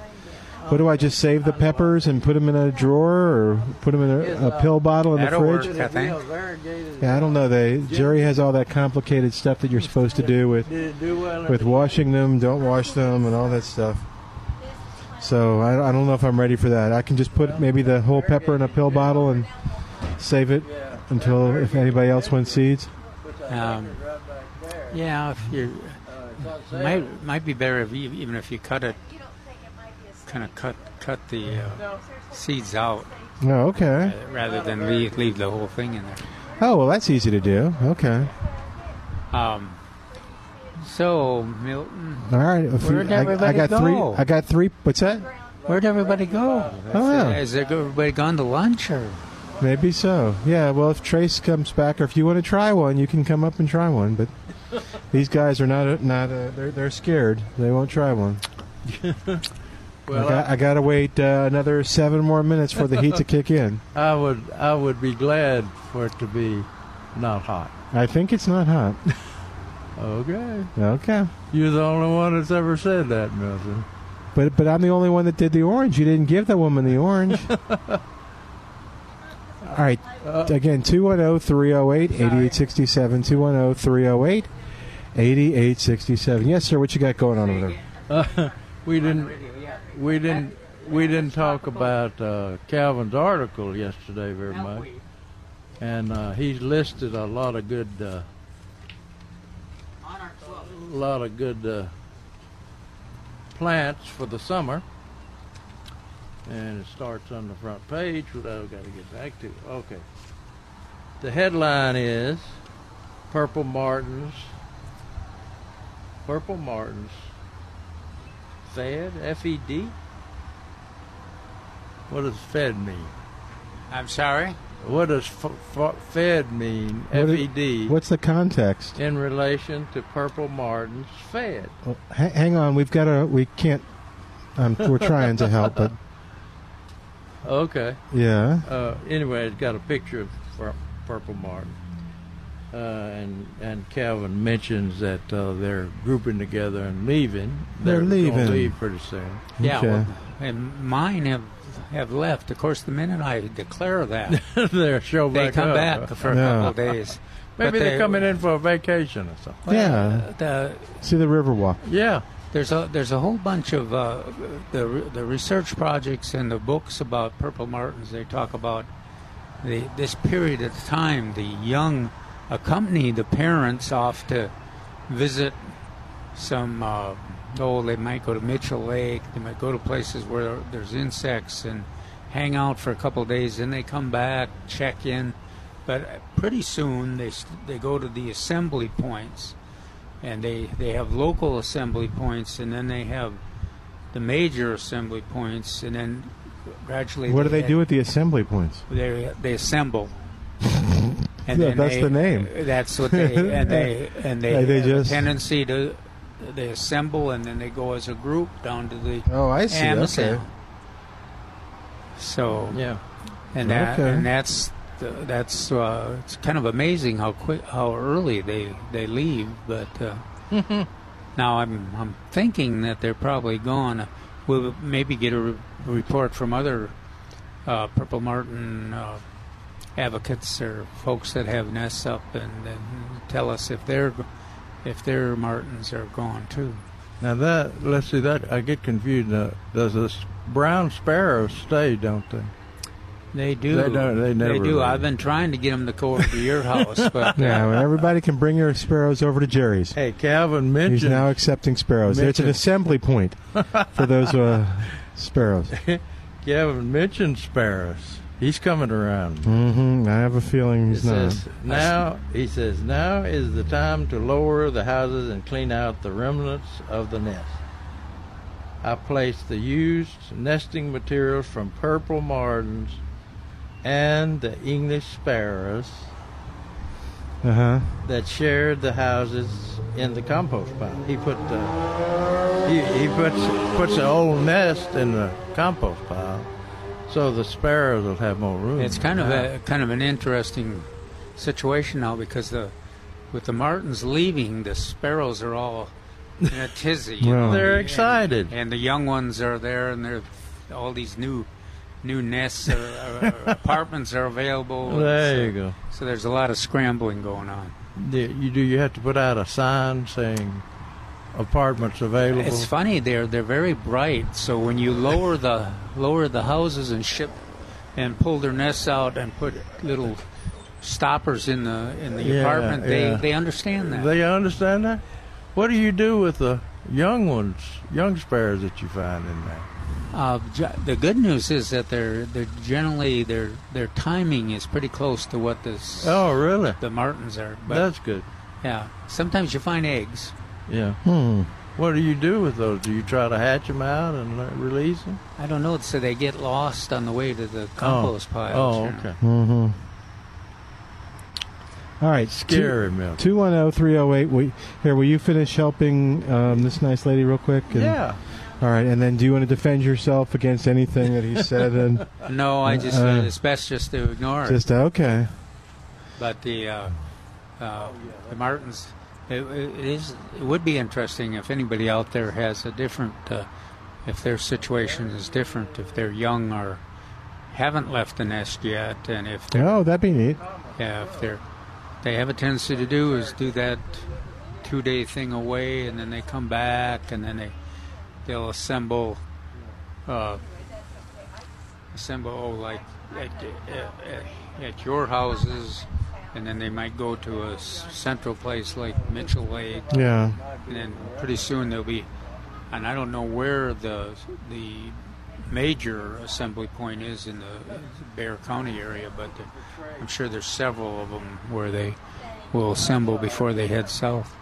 S2: What do I just save the peppers and put them in a drawer, or put them in a, a pill bottle in the
S4: That'll
S2: fridge?
S4: work, I think.
S2: Yeah, I don't know. They Jerry has all that complicated stuff that you're supposed to do with
S3: Did it do well?
S2: with washing them, don't wash them, and all that stuff. So I, I don't know if I'm ready for that. I can just put maybe the whole pepper in a pill bottle and save it until if anybody else wants seeds.
S4: Um, yeah, if you might might be better if you, even if you cut it, kind of cut cut the uh, seeds out
S2: Oh, okay.
S4: uh, rather than leave leave the whole thing in there.
S2: Oh well, that's easy to do. Okay.
S4: Um, so Milton,
S2: All right. If you-
S4: where'd
S2: I, I
S4: everybody
S2: got
S4: go?
S2: three. I got three. What's that?
S4: Where'd everybody go?
S2: Oh, yeah.
S4: Has everybody gone to lunch or?
S2: Maybe so. Yeah. Well, if Trace comes back, or if you want to try one, you can come up and try one. But these guys are not not uh, they're they're scared. They won't try one. I, got, I, gotta wait uh, another seven more minutes for the heat to kick in.
S3: *laughs* I would I would be glad for it to be not hot.
S2: I think it's not hot.
S3: Okay.
S2: Okay,
S3: You're the only one that's ever said that, Milton.
S2: but but I'm the only one that did the orange. You didn't give the woman the orange. All right. Again, oh, 210 308 8867. 210 308 8867. Yes, sir. What you got going on over there?
S3: Uh, *laughs* we didn't we didn't we didn't talk about uh, Calvin's article yesterday very much, and uh, he's listed a lot of good uh, a lot of good uh, plants for the summer. And it starts on the front page, which I've got to get back to. Okay. The headline is Purple Martins. Purple Martins. Fed? F E D? What does Fed mean?
S4: I'm sorry.
S3: What does f- f- Fed mean?
S2: What
S3: F
S2: is-
S3: E D.
S2: What's the context?
S3: in relation to Purple Martins Fed?
S2: Well, ha- hang on, we've got to. We can't. Um, we're trying to help,
S3: *laughs*
S2: but
S3: Oh, Okay.
S2: Yeah.
S3: Uh, anyway, it's got a picture of Pur- Purple Martin. Uh, and and Calvin mentions that uh, they're grouping together and leaving.
S2: They're
S3: gonna
S2: leaving.
S3: leave pretty soon.
S4: Yeah,
S2: Okay.
S4: well, and mine have have left. Of course, the minute I declare
S3: *laughs*
S4: that,
S3: they're show
S4: they
S3: back
S4: come
S3: up.
S4: back for a
S2: Yeah.
S4: couple of days.
S3: Maybe
S4: But
S3: they're coming in for a vacation or something.
S2: yeah.
S4: The,
S2: See the river walk.
S3: Yeah.
S4: there's a there's a whole bunch of uh, the the research projects and the books about purple martins. They talk about the this period of time. The young accompany the parents off to visit some. Uh, oh, they might go to Mitchell Lake. They might go to places where there's insects and hang out for a couple of days. Then they come back, check in, but pretty soon they s- they go to the assembly points and they they have local assembly points and then they have the major assembly points and then gradually
S2: What do they do at the assembly points?
S4: they they
S2: *laughs*
S4: assemble
S2: Yeah,
S4: then
S2: that's
S4: they-
S2: the name.
S4: that's what they
S2: *laughs*
S4: and they and they,
S2: They
S4: have a
S2: just-
S4: tendency to they assemble and then they go as a group down to the
S2: Oh, I see.
S4: Amazon.
S2: Okay.
S4: so
S3: Yeah.
S4: and that
S2: Okay.
S4: and that's the, that's uh, it's kind of amazing how quick how early they they leave but uh, now I'm I'm thinking that they're probably gone we'll maybe get a re- report from other uh, purple martin uh, advocates or folks that have nests up and, and tell us if they're if their martins are gone too
S3: *laughs* Now that let's see that I get confused. Now, does this brown sparrow stay? Don't they?
S4: they do
S3: They don't- they never leave.
S4: do I've been trying to get them to go over to your house
S3: *laughs*
S4: but
S2: Yeah, well, everybody can bring your sparrows over to Jerry's.
S3: Hey, Calvin mentioned
S2: He's now accepting sparrows. There's an
S3: Mitchell.
S2: assembly point for those
S3: *laughs*
S2: uh, sparrows.
S3: Calvin mentioned sparrows. He's coming around.
S2: hmm I have a feeling
S3: Um, It
S2: he's not.
S3: says now he says now is the time to lower the houses and clean out the remnants of the nest. I placed the used nesting materials from purple martins and the English sparrows
S2: Uh huh.
S3: that shared the houses in the compost pile. He put the he, he puts puts the old nest in the compost pile, So the sparrows will have more room.
S4: It's kind of a kind of an interesting situation now because the with the Martins leaving, the sparrows are all in a tizzy. you
S3: Well,
S4: know,
S3: They're
S4: and-
S3: excited.
S4: and, the young ones are there, and there all these new new nests or, or
S3: *laughs*
S4: apartments are available. and
S3: There
S4: so-
S3: you go.
S4: So there's a lot of scrambling going on.
S3: Yeah, You do. You have to put out a sign saying apartments available.
S4: It's funny they're they're very bright. So when you lower the lower the houses and ship and pull their nests out and put little stoppers in the in the
S3: Yeah,
S4: apartment, they
S3: yeah.
S4: they understand that.
S3: They understand that. What do you do with the young ones, young sparrows that you find in there?
S4: Uh, ge- the good news is that they're they're generally their their timing is pretty close to what this
S3: Oh, really?
S4: the Martins are.
S3: That's good.
S4: Yeah, sometimes you find eggs.
S3: Yeah. What do you do with those? Do you try to hatch them out and *laughs* let- release them?
S4: I don't know, so they get lost on the way to the compost pile.
S3: Oh, okay.
S2: Mm-hmm. All right,
S3: Scary milk.
S2: Two one zero three zero eight. We here. Will you finish helping um, this nice lady real quick?
S4: Yeah.
S2: All right, and then do you want to defend yourself against anything
S3: *laughs*
S2: that he said? And
S4: *laughs* No, I just
S2: Uh,
S4: it's best just to ignore it.
S2: just okay.
S4: But the uh, uh, the Martins, it, it is it would be interesting if anybody out there has a different, uh, if their situation is different, if they're young or haven't left the nest yet, and if
S2: Oh, that'd be neat.
S4: yeah, if they're they have a tendency to do is do that two day thing away, and then they come back, and then they they'll assemble. Uh, assemble oh, like at, at, at your houses, and then they might go to a s- central place like Mitchell Lake.
S2: Yeah.
S4: And then pretty soon they'll be, and I don't know where the the major assembly point is in the Bear County area, but the, I'm sure there's several of them where they will assemble before they head south.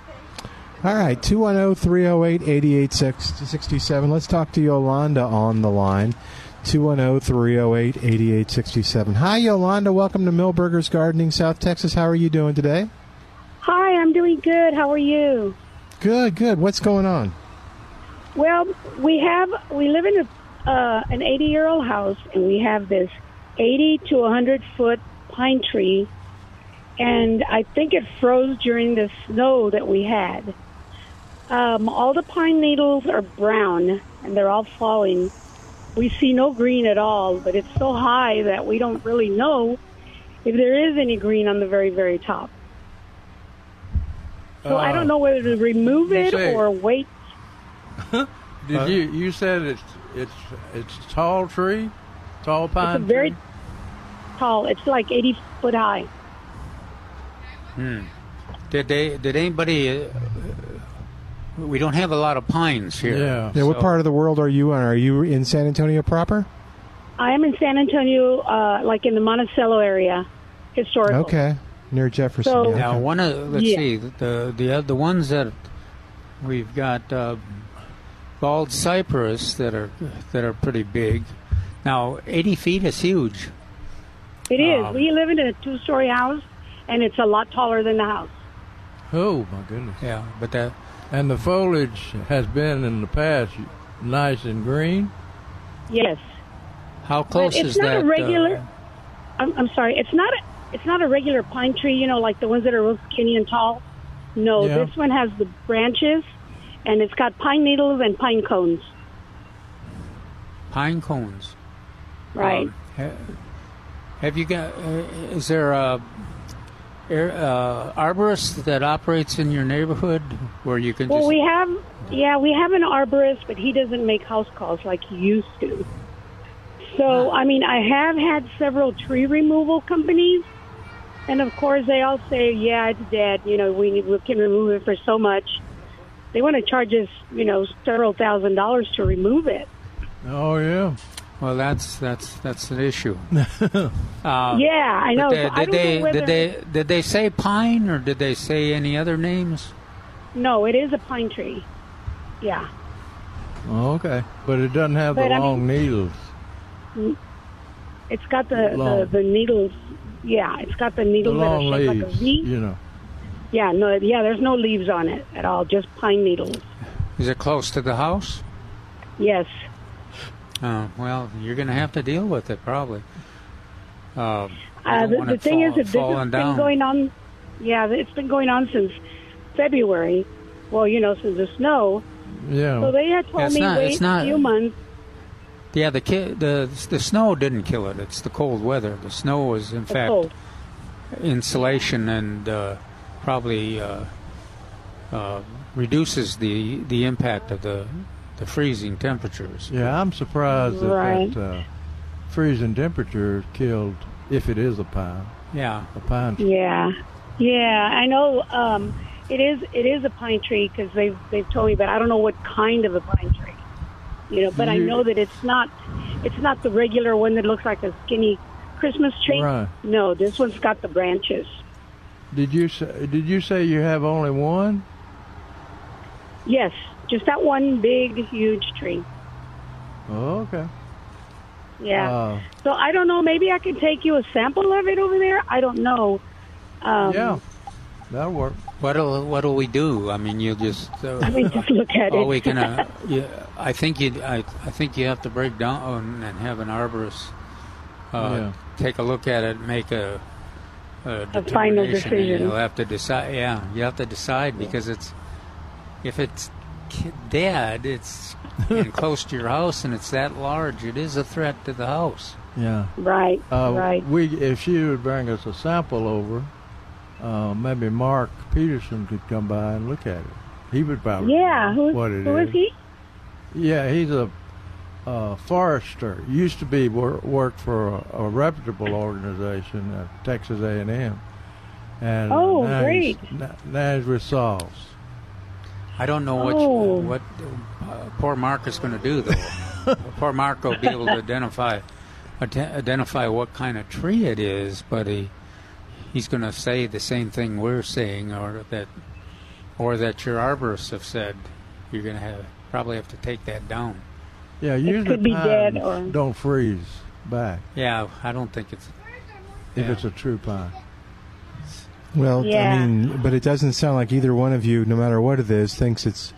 S2: All right, oh, 210 308 8867. Let's talk to Yolanda on the line. oh, 210 308 8867. Hi, Yolanda. Welcome to Millburgers Gardening, South Texas. How are you doing today?
S11: Hi, I'm doing good. How are you?
S2: Good, good. What's going on?
S11: Well, we have we live in a, uh, an 80 year old house, and we have this 80 to 100 foot pine tree, and I think it froze during the snow that we had. Um, all the pine needles are brown, and they're all falling. We see no green at all, but it's so high that we don't really know if there is any green on the very, very top. So I don't know whether to remove
S3: you
S11: it
S3: say-
S11: or wait
S3: Did
S11: Huh?
S3: you you said it's it's it's a tall tree, tall pine
S11: It's a very
S3: tree?
S11: tall. It's like 80 foot high.
S4: Hmm. Did they? Did anybody? Uh, we don't have a lot of pines here.
S2: Yeah. what part of the world are you in? Are you in San Antonio proper?
S11: I am in San Antonio, uh, like in the Monticello area, historical.
S2: Okay. Near Jefferson.
S11: So-
S2: yeah,
S4: Now
S2: okay.
S4: one of let's
S11: Oh. Yeah.
S4: see the the oth- the ones that we've got uh, bald cypress that are that are pretty big. Now eighty feet is huge.
S11: It is.
S4: Um,
S11: we live in a two story house, and it's a lot taller than the house.
S3: Oh my goodness.
S4: Yeah, but that
S3: and the foliage has been in the past nice and green.
S11: Yes.
S4: How
S11: but it's not
S3: uh,
S11: a regular.
S4: uh,
S11: I'm, I'm sorry. It's not a. It's not a regular pine tree. You know, like the ones that are real skinny and tall. No,
S3: Yeah.
S11: this one has the branches, and it's got pine needles and pine cones.
S4: pine cones.
S11: Right.
S4: Um, ha- have you got? Uh, is there a air, uh, arborist that operates in your neighborhood where you can
S11: well,
S4: just
S11: we have. Yeah, we have an arborist, but he doesn't make house calls like he used to. So,
S3: Ah.
S11: I mean, I have had several tree removal companies, and of course, they all say, "Yeah, it's dead. You know, we we can remove it for so much." They want to charge us, you know, several thousand dollars to remove it.
S3: Oh yeah.
S4: Well, that's that's that's
S3: *laughs*
S4: an issue. uh, yeah,
S11: I know. So
S4: Did
S11: I don't know
S4: they
S11: whether-
S4: did they did they say pine or did they say any other names?
S11: No, it is a pine tree. Yeah.
S3: Oh, okay. But it doesn't have
S11: But,
S3: the
S11: I
S3: long needles.
S11: It's got the, the
S3: Long.
S11: the needles. Yeah, it's got the
S3: The
S11: needles that are
S3: long
S11: shaped like a
S3: leaves.
S11: V.
S3: you know.
S11: Yeah, no, yeah. There's no leaves on it at all. Just pine needles.
S4: Is it close to the house?
S11: Yes.
S4: Oh, well, you're going to have to deal with it probably. Um, I
S11: Uh,
S4: don't
S11: the,
S4: want
S11: the
S4: it
S11: thing
S4: fall-
S11: is that this
S4: falling
S11: has been
S4: down.
S11: going on. Yeah, it's been going on since February. Well, you know, since the snow.
S3: Yeah.
S11: So they had told
S4: Yeah, it's
S11: me
S4: not-
S11: wait
S4: it's not-
S11: a few months.
S4: Yeah, the ki- the the snow didn't kill it. It's the cold weather. The snow was in fact
S11: cold.
S4: insulation and uh, probably uh, uh, reduces the the impact of the the freezing temperatures.
S3: Yeah, I'm surprised that,
S4: Right.
S3: that uh, freezing temperature killed, if it is a pine,
S4: Yeah.
S3: a pine tree.
S11: Yeah, yeah. I know um, it is. It is a pine tree because they've they've told me, but I don't know what kind of a pine tree. You know, but I
S4: Mm-hmm.
S3: You-
S11: know that it's not. It's not the regular one that looks like a skinny Christmas tree.
S3: Right.
S11: No, this one's got the branches.
S3: Did you say, did you say you have only one?
S11: Yes, just that one big, huge tree.
S3: Oh, okay.
S11: Yeah.
S3: Uh,
S11: So I don't know. Maybe I can take you a sample of it over there. I don't know. Um, *laughs*
S4: Yeah.
S3: That'll work.
S4: What'll what'll we do? I mean, you'll just. Uh,
S11: I mean, just look at
S4: Oh,
S11: it.
S4: we
S11: *laughs*
S4: can. Uh, yeah, I think you. I, I think you have to break down and have an arborist
S3: Yeah.
S4: uh, take a look at it, make a a,
S11: A final
S4: determination, and
S11: decision.
S4: You'll have to decide. Yeah, you have to decide because it's if it's ki- dead, it's and close to your house, and it's that large. It is a threat to the house.
S3: Yeah.
S11: Right.
S3: Uh,
S4: right.
S3: We, if she would bring us a sample over, uh, maybe Mark Peterson could come by and look at it. He would probably.
S11: Yeah. Who,
S3: What it
S11: who is
S3: is.
S11: he?
S3: Yeah, he's a uh, forester. Used to be wor- worked for a, a reputable organization, uh, Texas A and M. And uh,
S11: Oh,
S3: now
S11: great.
S3: He's, now, now he's with Saul's.
S4: I don't know what
S3: Oh.
S4: what uh, poor Mark is going to do
S3: *laughs*
S4: though. poor Mark will be able to identify ide- identify what kind of tree it is, but he he's going to say the same thing we're saying, or that or that your arborists have said. You're going to have probably have to take that down.
S3: Yeah, usually
S4: could be dead
S3: pines
S4: or-
S3: don't freeze back
S4: Yeah, I don't think it's
S3: if it's a true pine.
S2: Well, I
S11: Yeah.
S2: mean, but it doesn't sound like either one of you, no matter what it is, thinks it's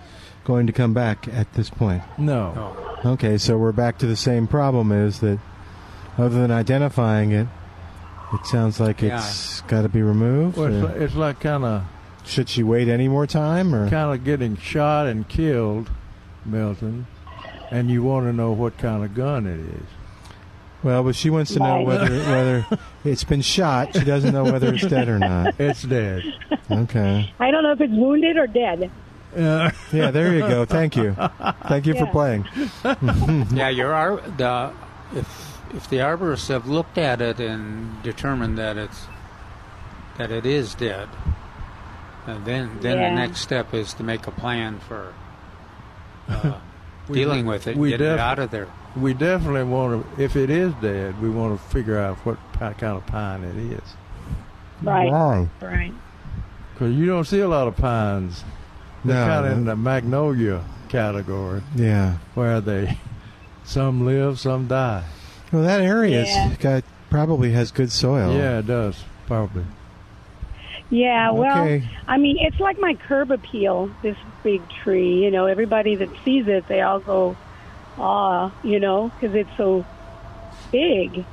S2: going to come back at this point.
S3: No.
S2: Okay, so we're back to the same problem: is that other than identifying it, it sounds like
S3: Yeah.
S2: it's got to be removed.
S3: Well, it's,
S2: or
S3: like, it's like kind of
S2: should she wait any more time? Or
S3: kind of getting shot and killed, Milton, and you want to know what kind of gun it is.
S2: well, but she wants to know
S3: Right.
S2: whether whether it's been shot. She doesn't know whether it's dead
S3: *laughs*
S2: or not.
S3: It's dead.
S2: Okay.
S11: I don't know if it's wounded
S3: *laughs*
S11: or dead.
S2: Yeah, there you go. Thank you. Thank you for
S11: Yeah.
S2: playing.
S3: *laughs*
S2: Mm-hmm.
S4: yeah, your ar- the if if the arborists have looked at it and determined that it's that it is dead, uh, then then
S3: Yeah.
S4: the next step is to make a plan for
S2: *laughs*
S4: uh,
S3: We-
S4: dealing with it,
S3: we
S4: getting it
S3: def-
S4: out of there.
S3: We definitely want to. If it is dead, we want to figure out what pi- kind of pine it is.
S11: Right.
S3: Wow.
S11: Right.
S3: Because you don't see a lot of pines. They're
S2: No,
S3: kind of in
S2: no.
S3: the magnolia category,
S2: Yeah.
S3: where they some live, some die.
S2: Well, that area's
S11: Yeah.
S2: got probably has good soil.
S3: Yeah, it does probably.
S11: Yeah, well,
S2: Okay.
S11: I mean, it's like my curb appeal, this big tree. You know, everybody that sees it, they all go, ah, you know, because it's so big.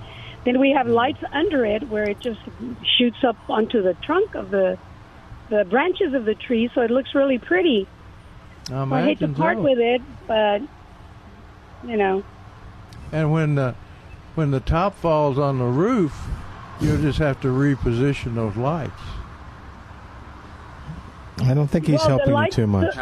S11: Then we have lights under it where it just shoots up onto the trunk of the the branches of the tree, so it looks really pretty.
S3: I,
S11: I hate to
S3: imagine
S11: part
S3: so.
S11: with it, but you know,
S3: And when the when the top falls on the roof, you'll just have to reposition those lights.
S2: I don't think he's
S11: Well, the
S2: helping you
S11: lights-
S2: too much.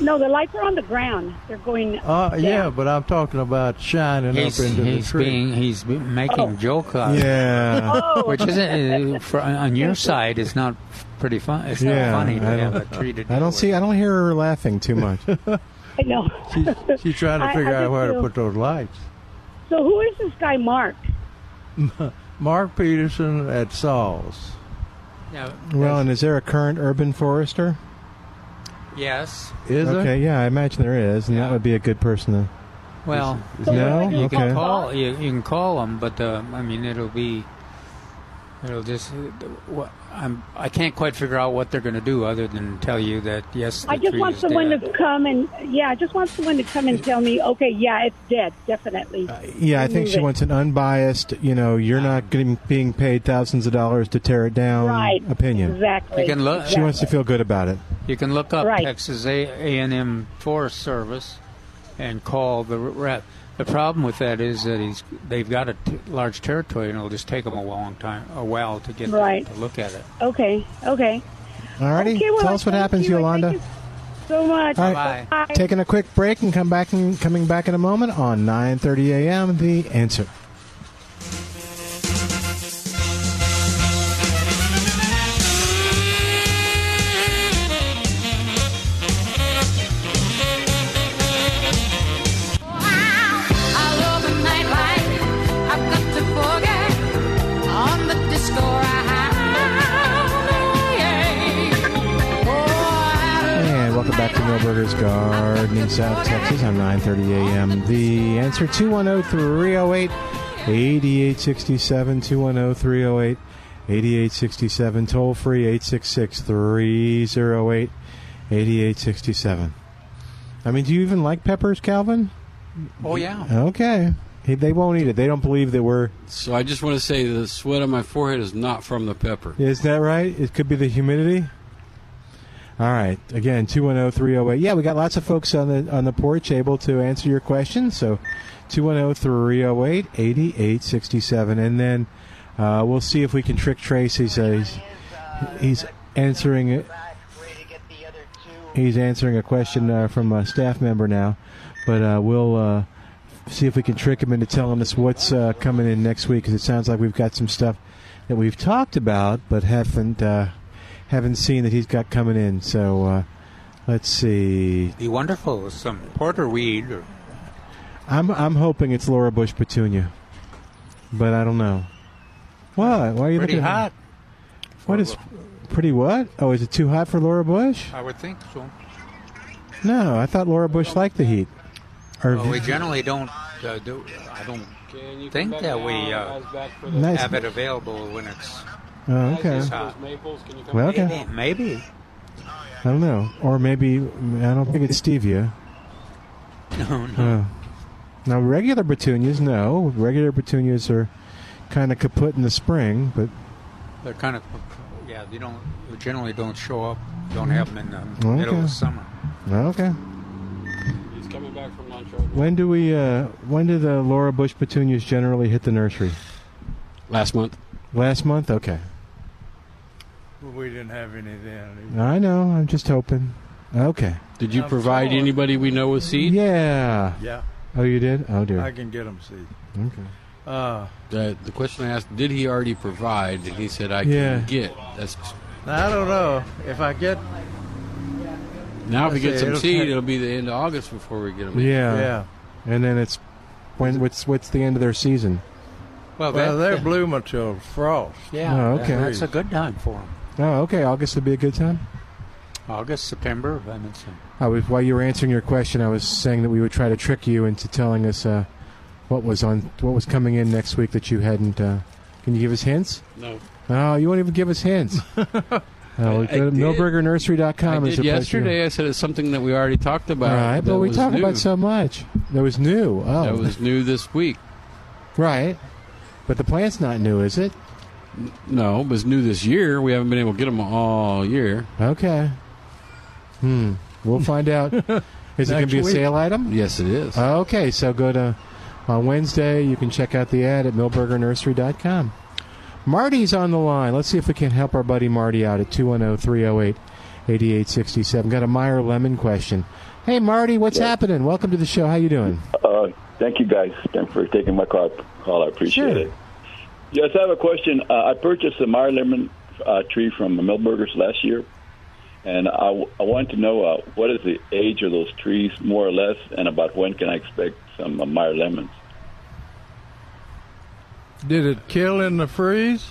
S11: no, the lights are on the ground. They're going.
S3: Uh, yeah.
S11: down.
S3: but I'm talking about shining
S4: He's,
S3: up into
S4: he's
S3: the tree.
S4: being he's be- making joke out of it.
S2: Oh. Yeah.
S11: Oh.
S4: *laughs*
S2: *laughs*
S4: which isn't uh, for, on your side. It's not pretty fun. It's
S2: yeah,
S4: not funny to
S2: I
S4: have a
S2: don't-
S4: tree to
S2: I don't see. I don't hear her laughing
S3: *laughs*
S2: too much.
S11: I know.
S3: She's, she's trying to
S11: I- I
S3: figure out
S11: just
S3: where to
S11: feel-
S3: put those lights.
S11: So who is this guy, Mark?
S3: *laughs* Mark Peterson at Saul's.
S4: Yeah.
S2: well, and is there a current urban forester?
S4: Yes.
S2: okay, yeah, I imagine there is, and that would be a good person to.
S4: Well,
S2: Is- is- No?
S4: you can
S2: Okay.
S4: call you, you can call them, but uh, I mean it'll be It'll just. wha- I'm. I can't quite figure out what they're going to do other than tell you that yes. The
S11: I just
S4: tree
S11: want
S4: is
S11: someone
S4: dead.
S11: to come and yeah, I just want someone to come and tell me, okay, yeah, it's dead, definitely.
S2: Uh, Yeah, I think she
S11: Remove it.
S2: wants an unbiased, you know, you're not getting, being paid thousands of dollars to tear it down
S4: Right.
S2: opinion.
S4: Exactly. You can look-
S2: She wants to feel good about it.
S4: You can look up Texas A and M Forest Service and call the rep. The problem with that is that he's they've got a t- large territory and it'll just take them a long time, a while to get
S11: Right.
S4: to look at it.
S11: Okay, okay.
S2: Alrighty.
S11: Okay, well,
S2: Tell us what happens, Yolanda.
S11: So much.
S2: All right. Taking a quick break and come back and coming back in a moment on 9:30 a.m. The answer.
S8: I love the nightlife. I've got to forget on the disco round. Oh,
S2: And welcome back to Millburgers Gardening, South Texas on 9:30 a.m. The answer oh, oh, 210-308-8867 210-308-8867 toll free 866-308-8867. I mean, do you even like peppers, Calvin?
S7: Oh, yeah.
S2: Okay. Hey, They won't eat it. They don't believe that we're
S7: So I just want to say the sweat on my forehead is not from the pepper.
S2: Is that right? It could be the humidity. All right. Again, 210-308. Yeah, we got lots of folks on the on the porch able to answer your questions. So 210-308-8867 and then uh, we'll see if we can trick Tracy says he's answering it. He's answering a question uh, from a staff member now, but uh, we'll uh, see if we can trick him into telling us what's uh, coming in next week because it sounds like we've got some stuff that we've talked about but haven't uh, haven't seen that he's got coming in. So uh, let's see.
S4: Be wonderful with some porter weed or
S2: I'm I'm hoping it's Laura Bush Petunia, but I don't know. What? Why are you
S4: pretty
S2: looking? at me?
S4: hot.
S2: What is pretty what? Oh, is it too hot for Laura Bush?
S4: I would think so.
S2: No, I thought Laura Bush liked the heat. Or
S4: Well, we generally don't uh, do. I don't think
S7: back
S4: that
S7: down?
S4: we uh,
S2: the- Nice.
S4: have it available when it's.
S2: Oh, okay.
S4: this hot.
S2: Well, okay.
S4: Maybe.
S2: I don't know. Or maybe I don't think it's stevia. Uh-huh.
S4: No,
S2: no. now regular petunias, no. Regular petunias are kind of kaput in the spring, but
S4: They're kind of, yeah, they don't, they generally don't show up, don't have them in the
S2: okay.
S4: middle of summer.
S2: Okay.
S7: He's coming back from lunch.
S2: When do we? Uh, when do the Laura Bush petunias generally hit the nursery?
S7: Last month.
S2: Last month. Okay.
S3: Well, we didn't have any then.
S2: I know. I'm just hoping. Okay.
S7: Did you provide anybody we know with seed?
S2: Yeah.
S3: Yeah.
S2: Oh, you did? Oh
S3: I
S2: dear.
S3: can get them seed.
S2: Okay.
S3: Uh,
S7: The, the question I asked, did he already provide? And he said, I
S3: Yeah.
S7: can get. That's
S3: now, I don't know if I get.
S7: Now if we
S3: Let's
S7: get
S3: see,
S7: some
S3: it'll
S7: seed,
S3: take-
S7: it'll be the end of August before we get them.
S2: Yeah. And then it's when? What's what's the end of their season?
S4: Well,
S3: Well,
S4: that-
S3: they're bloom until frost.
S4: Yeah,
S2: Oh, okay.
S4: that's a good time for them.
S2: Oh, okay. August would be a good time.
S4: August, September, I mentioned.
S2: I was, while you were answering your question, I was saying that we would try to trick you into telling us uh, what was on what was coming in next week that you hadn't. Uh, can you give us hints?
S7: No.
S2: Oh, you won't even give us
S7: *laughs*
S2: hints. oh, go to
S7: I did. I
S2: millburgernursery.com is
S7: did
S2: the place to go.
S7: yesterday. I said it's something that we already talked
S2: All
S7: about.
S2: right,
S7: that
S2: but we
S7: was
S2: talk
S7: new.
S2: about so much. That was new. Oh,
S7: That was new this week.
S2: right. But the plant's not new, is it?
S7: No, it was new this year. We haven't been able to get them all year.
S2: Okay. Hmm. We'll find
S7: *laughs*
S2: out. Is it going to be a
S7: Next week.
S2: sale item?
S7: Yes, it is.
S2: Okay, so go to on Wednesday. You can check out the ad at millburgernursery.com. Marty's on the line. Let's see if we can help our buddy Marty out at oh, 210 308 8867. Got a Meyer Lemon question. Hey, Marty, what's happening? Welcome to the show. How you doing?
S12: Uh, thank you guys for taking my call. call. I appreciate
S2: Sure.
S12: it. Yes, I have a question. Uh, I purchased a Meyer lemon uh, tree from Millburgers last year, and I, w- I wanted to know uh, what is the age of those trees, more or less, and about when can I expect some uh, Meyer lemons?
S3: Did it kill in the freeze?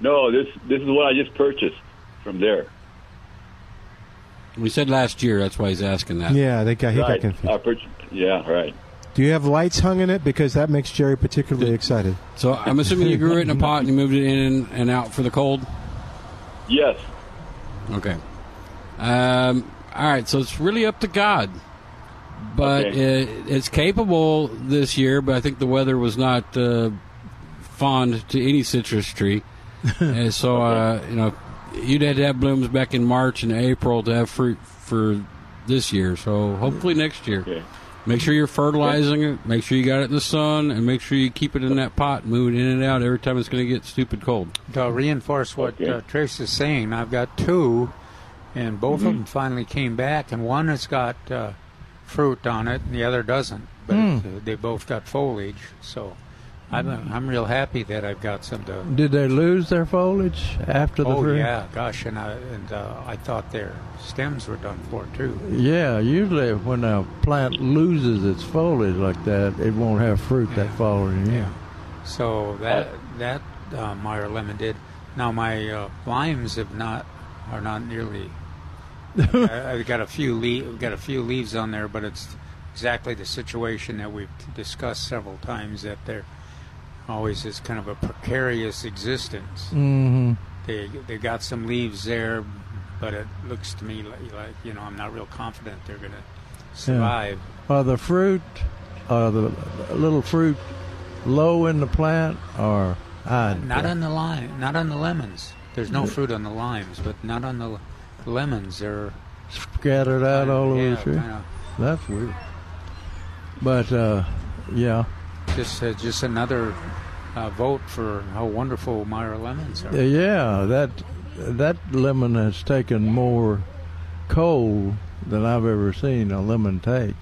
S12: No, this this is what I just purchased from there.
S7: We said last year. That's why he's asking that.
S2: Yeah, they got he
S12: right.
S2: got confused.
S12: I purchased, yeah, right.
S2: Do you have lights hung in it? Because that makes Jerry particularly excited.
S7: So I'm assuming
S2: *laughs*
S7: you grew it in a pot and you moved it in and out for the cold.
S12: Yes.
S7: Okay. Um, all right. So it's really up to God, but it, it's capable this year. But I think the weather was not uh, fond to any citrus tree, and so uh, you know you'd had to have blooms back in March and April to have fruit for this year. So hopefully next year. Make sure you're fertilizing it. Make sure you got it in the sun, and make sure you keep it in that pot, and move it in and out every time it's going to get stupid cold.
S4: To reinforce what uh, Trace is saying, I've got two, and both
S3: Mm-hmm.
S4: of them finally came back, and one has got uh, fruit on it, and the other doesn't. But
S3: Hmm.
S4: uh, they both got foliage, so I'm uh, I'm real happy that I've got some to.
S3: Did they lose their foliage after the
S4: oh
S3: fruit?
S4: yeah, gosh, and I and uh, I thought their stems were done for too.
S3: Yeah, usually when a plant loses its foliage like that, it won't have fruit that following year.
S4: So that that uh, Meyer lemon did. Now my uh, limes have not are not nearly. I, I've got a few le- I've got a few leaves on there, but it's exactly the situation that we've discussed several times that they're always is kind of a precarious existence.
S3: Mhm.
S4: They they got some leaves there, but it looks to me like, like you know I'm not real confident they're going to survive.
S3: Are the fruit, are the little fruit low in the plant or high?
S4: Not on the lime. Not on the lemons. There's no fruit on the limes, but not on the l- lemons. They're
S3: scattered out all over
S4: Yeah,
S3: the tree.
S4: kinda.
S3: That's weird. But uh, yeah,
S4: just uh, just another uh, vote for how wonderful Meyer lemons are.
S3: yeah, that that lemon has taken more coal than I've ever seen a lemon take.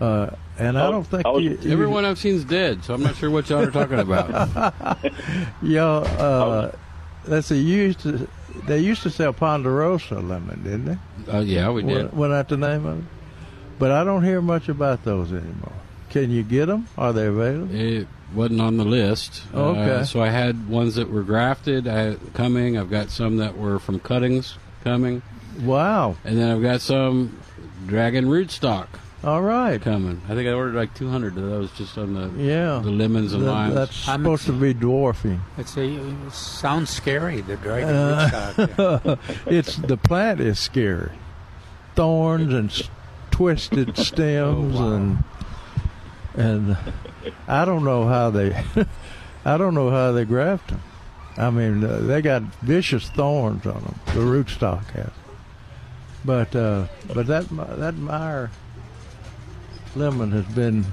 S3: Uh, and I don't think you, you-
S7: everyone I've seen's dead, so I'm not sure what y'all are talking about.
S3: *laughs* Yeah, uh, let's see. You used to, they used to sell Ponderosa lemon, didn't they?
S7: Uh, yeah, we
S3: Wa-
S7: did.
S3: Wasn't that the name of it? But I don't hear much about those anymore. Can you get them? Are they available?
S7: It wasn't on the list.
S3: Oh, okay.
S7: Uh, so I had ones that were grafted I, coming. I've got some that were from cuttings coming.
S3: Wow.
S7: And then I've got some dragon rootstock.
S3: All right.
S7: Coming. I think I ordered like 200 of those just on the
S3: Yeah.
S7: the lemons and
S3: That-
S7: limes.
S3: That's supposed to be dwarfing.
S4: It's a, it sounds scary. The dragon
S3: Uh,
S4: rootstock.
S3: *laughs* it's the plant is scary. Thorns and s- twisted stems and and I don't know how they *laughs* I don't know how they graft them. I mean, uh, they got vicious thorns on them. The rootstock has. But uh, but that mi- that Meyer lemon has been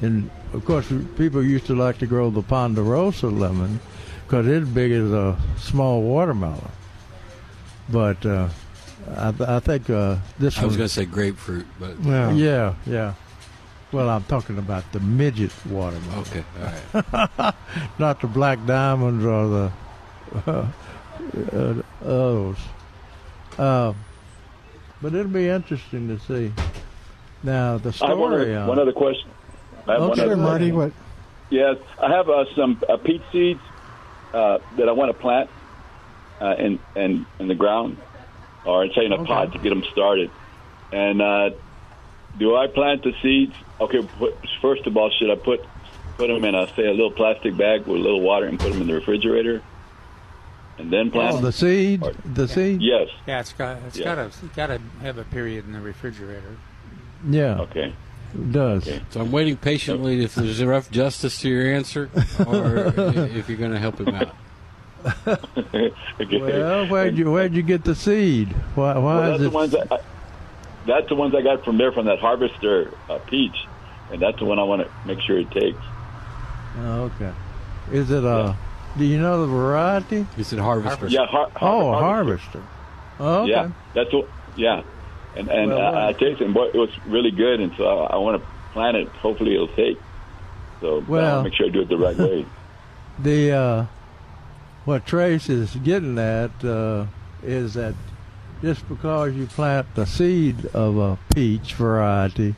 S3: in. Of course, people used to like to grow the ponderosa lemon because it's big as a small watermelon. But uh, I, th- I think uh, this
S7: I was
S3: one.
S7: going to say grapefruit, but
S3: yeah, yeah, yeah. Well, I'm talking about the midget watermelon.
S7: Okay,
S3: *laughs* Not the black diamonds or the uh, uh, those. Uh, but it'll be interesting to see. Now the
S12: I have one,
S3: story.
S12: other-
S3: on-
S12: one other question. I have one
S3: Okay,
S12: other
S3: Marty,
S12: question.
S3: what?
S12: Yes, I have uh, some uh, peat seeds uh, that I want to plant uh, in, in in the ground, or say in a pot to get them started. And uh, do I plant the seeds? Okay, put, first of all, should I put put them in a say a little plastic bag with a little water and put them in the refrigerator, and then plant?
S3: Oh, the seed. The seed.
S12: Yes.
S4: Yeah, it's got it's
S12: Yeah.
S4: got to got to have a period in the refrigerator.
S3: Yeah.
S12: Okay.
S3: It does.
S7: So I'm waiting patiently if there's enough justice to your answer
S3: *laughs*
S7: or i- if you're going to help him
S12: *laughs*
S7: out.
S3: Well, where'd you where'd you get the seed? Why why
S12: Well, that's
S3: is
S12: the
S3: it?
S12: ones that I, that's the ones I got from there from that harvester uh, peach, and that's the one I want to make sure it takes.
S3: Oh, okay. Is it a? Do you know the variety?
S7: Is it harvester?
S12: Yeah, har-
S3: oh, a
S12: harvester.
S3: harvester. Oh, okay.
S12: Yeah, that's what. Yeah, and and uh,
S3: Well,
S12: I, I tasted it, boy, it was really good, and so I, I want to plant it. Hopefully, it'll take. So but I wanna
S3: Well-
S12: make sure I do it
S3: *laughs*
S12: the right way.
S3: The uh, what Trace is getting at uh, is that just because you plant the seed of a peach variety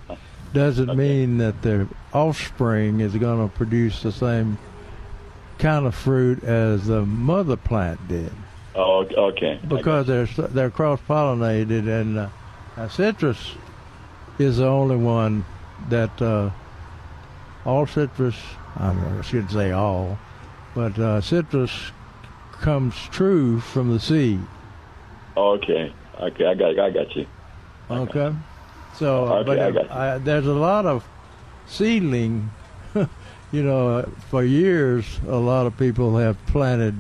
S3: doesn't mean that the offspring is going to produce the same kind of fruit as the mother plant did
S12: Oh, okay. I
S3: because they're they're cross pollinated and uh, uh, citrus is the only one that uh, all citrus, I don't know, I shouldn't say all, but uh, citrus comes true from the seed.
S12: Okay. Okay, I got, I got you.
S3: Okay. So, uh,
S12: Okay,
S3: but
S12: I
S3: uh,
S12: got
S3: I, there's a lot of seedling. *laughs* you know, uh, for years, a lot of people have planted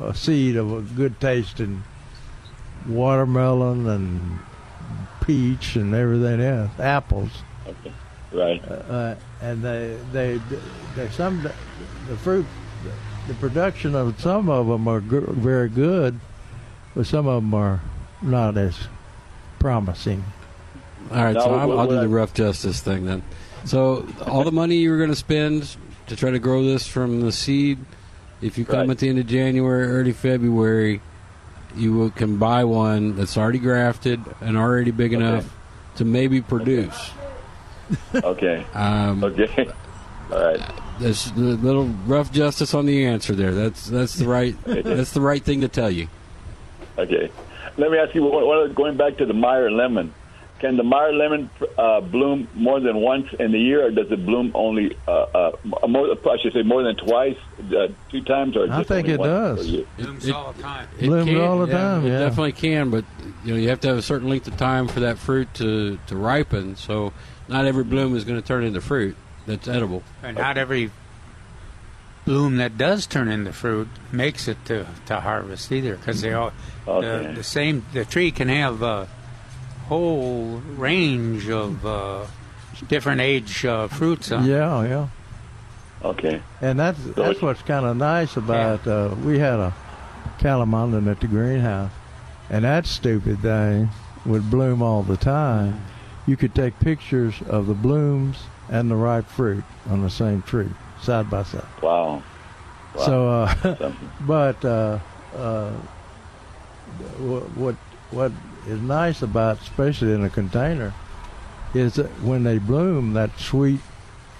S3: a seed of a good taste in watermelon and peach and everything else, apples.
S12: Okay. Right.
S3: Uh, and they, they, they, some, the fruit, the production of some of them are gr very good, but some of them are not as promising.
S7: All right,
S3: No,
S7: so I'm,
S3: what-
S7: I'll do
S3: what I-
S7: the rough justice thing then. So all the money you were going to spend to try to grow this from the seed, if you come
S12: Right.
S7: at the end of January, early February, you will, can buy one that's already grafted and already big enough to maybe produce.
S12: Okay.
S7: Um, uh,
S12: okay. *laughs* All right.
S7: There's a little rough justice on the answer there. That's that's the right that's the right thing to tell you.
S12: Okay. Let me ask you, what, what, going back to the Meyer lemon, can the Meyer lemon uh, bloom more than once in the year, or does it bloom only, uh, uh, more, I should say, more than twice, uh, two times, or
S3: I
S12: just
S3: think
S12: only
S3: it
S12: once
S3: does.
S7: *laughs*
S12: per year?
S7: Blooms all the time.
S3: Blooms all the time,
S7: It
S3: yeah.
S7: definitely can, but you know you have to have a certain length of time for that fruit to, to ripen. So not every bloom is going to turn into fruit that's edible.
S4: And not every bloom that does turn into fruit makes it to, to harvest either, because they all
S12: Okay.
S4: the, the same. The tree can have a whole range of uh, different age uh, fruits on. it.
S3: Yeah, yeah.
S12: Okay.
S3: And that's that's what's kind of nice about uh, we had a calamondin at the greenhouse, and that stupid thing would bloom all the time.
S12: Mm-hmm.
S3: You could take pictures of the blooms and the ripe fruit on the same tree side by side.
S12: Wow. Wow.
S3: So, uh, *laughs* but uh, uh, wh- what what is nice about, especially in a container, is that when they bloom, that sweet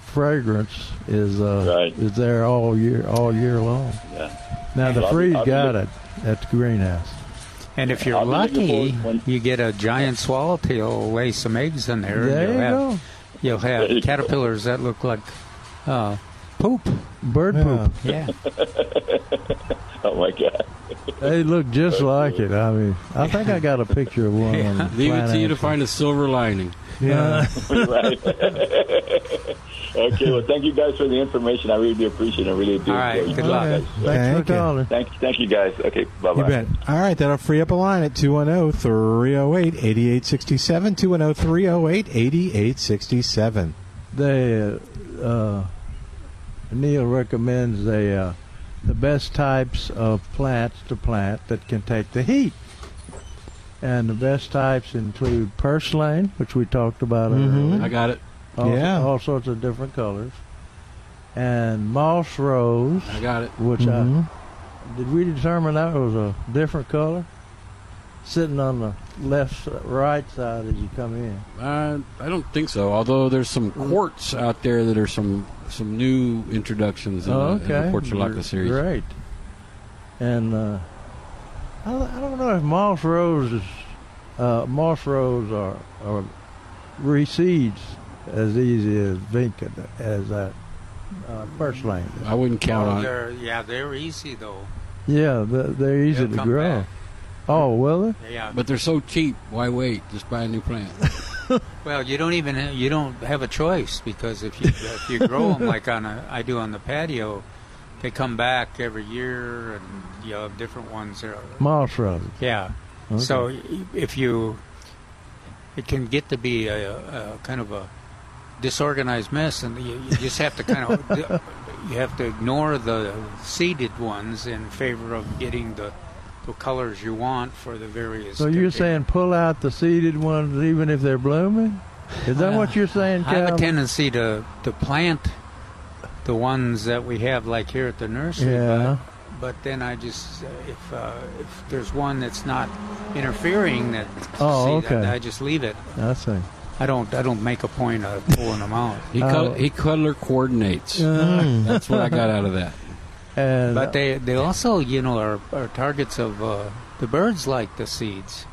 S3: fragrance is uh, is there all year all year long.
S12: Yeah.
S3: Now the
S4: I'll be-
S3: freeze
S4: I'll be
S3: got
S4: look-
S3: it at the greenhouse.
S4: And if you're
S3: I'll be looking
S4: lucky, you get a giant swallowtail lay some eggs in there. and
S3: There
S4: you'll
S3: you
S4: have,
S3: go.
S4: You'll have
S3: There you go.
S4: caterpillars that look like uh, poop.
S3: Bird poop. *laughs*
S4: Yeah.
S12: oh my God.
S3: They look just
S12: Bird
S3: like it. I mean, I think I got a picture of
S4: *laughs*
S3: one. on the
S7: *laughs* Leave it to
S3: planet.
S7: you to find a silver lining.
S3: Yeah.
S12: *laughs* right. *laughs* okay. Well, thank you guys for the information. I really do appreciate it. I really do.
S4: All right,
S12: enjoy
S4: good
S12: you
S4: luck.
S12: guys.
S2: Thanks for Thank you. calling.
S12: Thank, thank you guys. Okay. Bye bye.
S2: You bet. All right, that'll free up a line at 210 308 8867. 210 308 8867.
S3: they uh, Neil recommends the uh, the best types of plants to plant that can take the heat, and the best types include purslane, which we talked about
S7: Mhm.
S3: earlier.
S7: I got it.
S3: All,
S7: Yeah.
S3: all sorts of different colors, and moss rose.
S7: I got it.
S3: Which
S7: Mhm.
S3: I did we determine that was a different color? Sitting on the left, right side as you come in.
S7: Uh, I don't think so. Although there's some quartz out there that are some some new introductions in, the, in the Portulaca
S3: Gr-
S7: series.
S3: Great. And uh, I, I don't know if moss roses, uh, moss rose are, are recedes as easy as vinca as that uh, purslane.
S7: I wouldn't count
S4: Oh,
S7: on it.
S4: they're, yeah, they're easy though.
S3: Yeah, they're, they're easy
S4: They'll
S3: to
S4: come
S3: grow.
S4: back.
S3: Oh, will they?
S4: Yeah.
S7: But they're so cheap. Why wait? Just buy a new plant.
S4: Well, you don't even you don't have a choice because if you if you grow
S3: *laughs*
S4: them like on a I do on the patio, they come back every year and you have different ones there.
S3: Moss roses.
S4: Yeah.
S3: Okay.
S4: So if you, it can get to be a, a kind of a disorganized mess, and you, you just have to kind of *laughs* you have to ignore the seeded ones in favor of getting the the colors you want for the various.
S3: So you're saying pull out the seeded ones even if they're blooming? Is that what you're saying,
S4: I have a
S3: Calvin?
S4: tendency to to plant the ones that we have like here at the nursery.
S3: Yeah.
S4: But, but then I just uh, if uh, if there's one that's not interfering that
S3: Oh,
S4: see, that-
S3: okay.
S4: I just leave it.
S3: I see.
S4: I don't. I don't make a point of pulling them out.
S7: He,
S3: Uh,
S7: col- he color coordinates.
S4: Mm.
S7: That's what I got out of that.
S3: Hmm. *laughs* And- uh,
S4: but they they also you know are, are targets of uh, the birds like the seeds.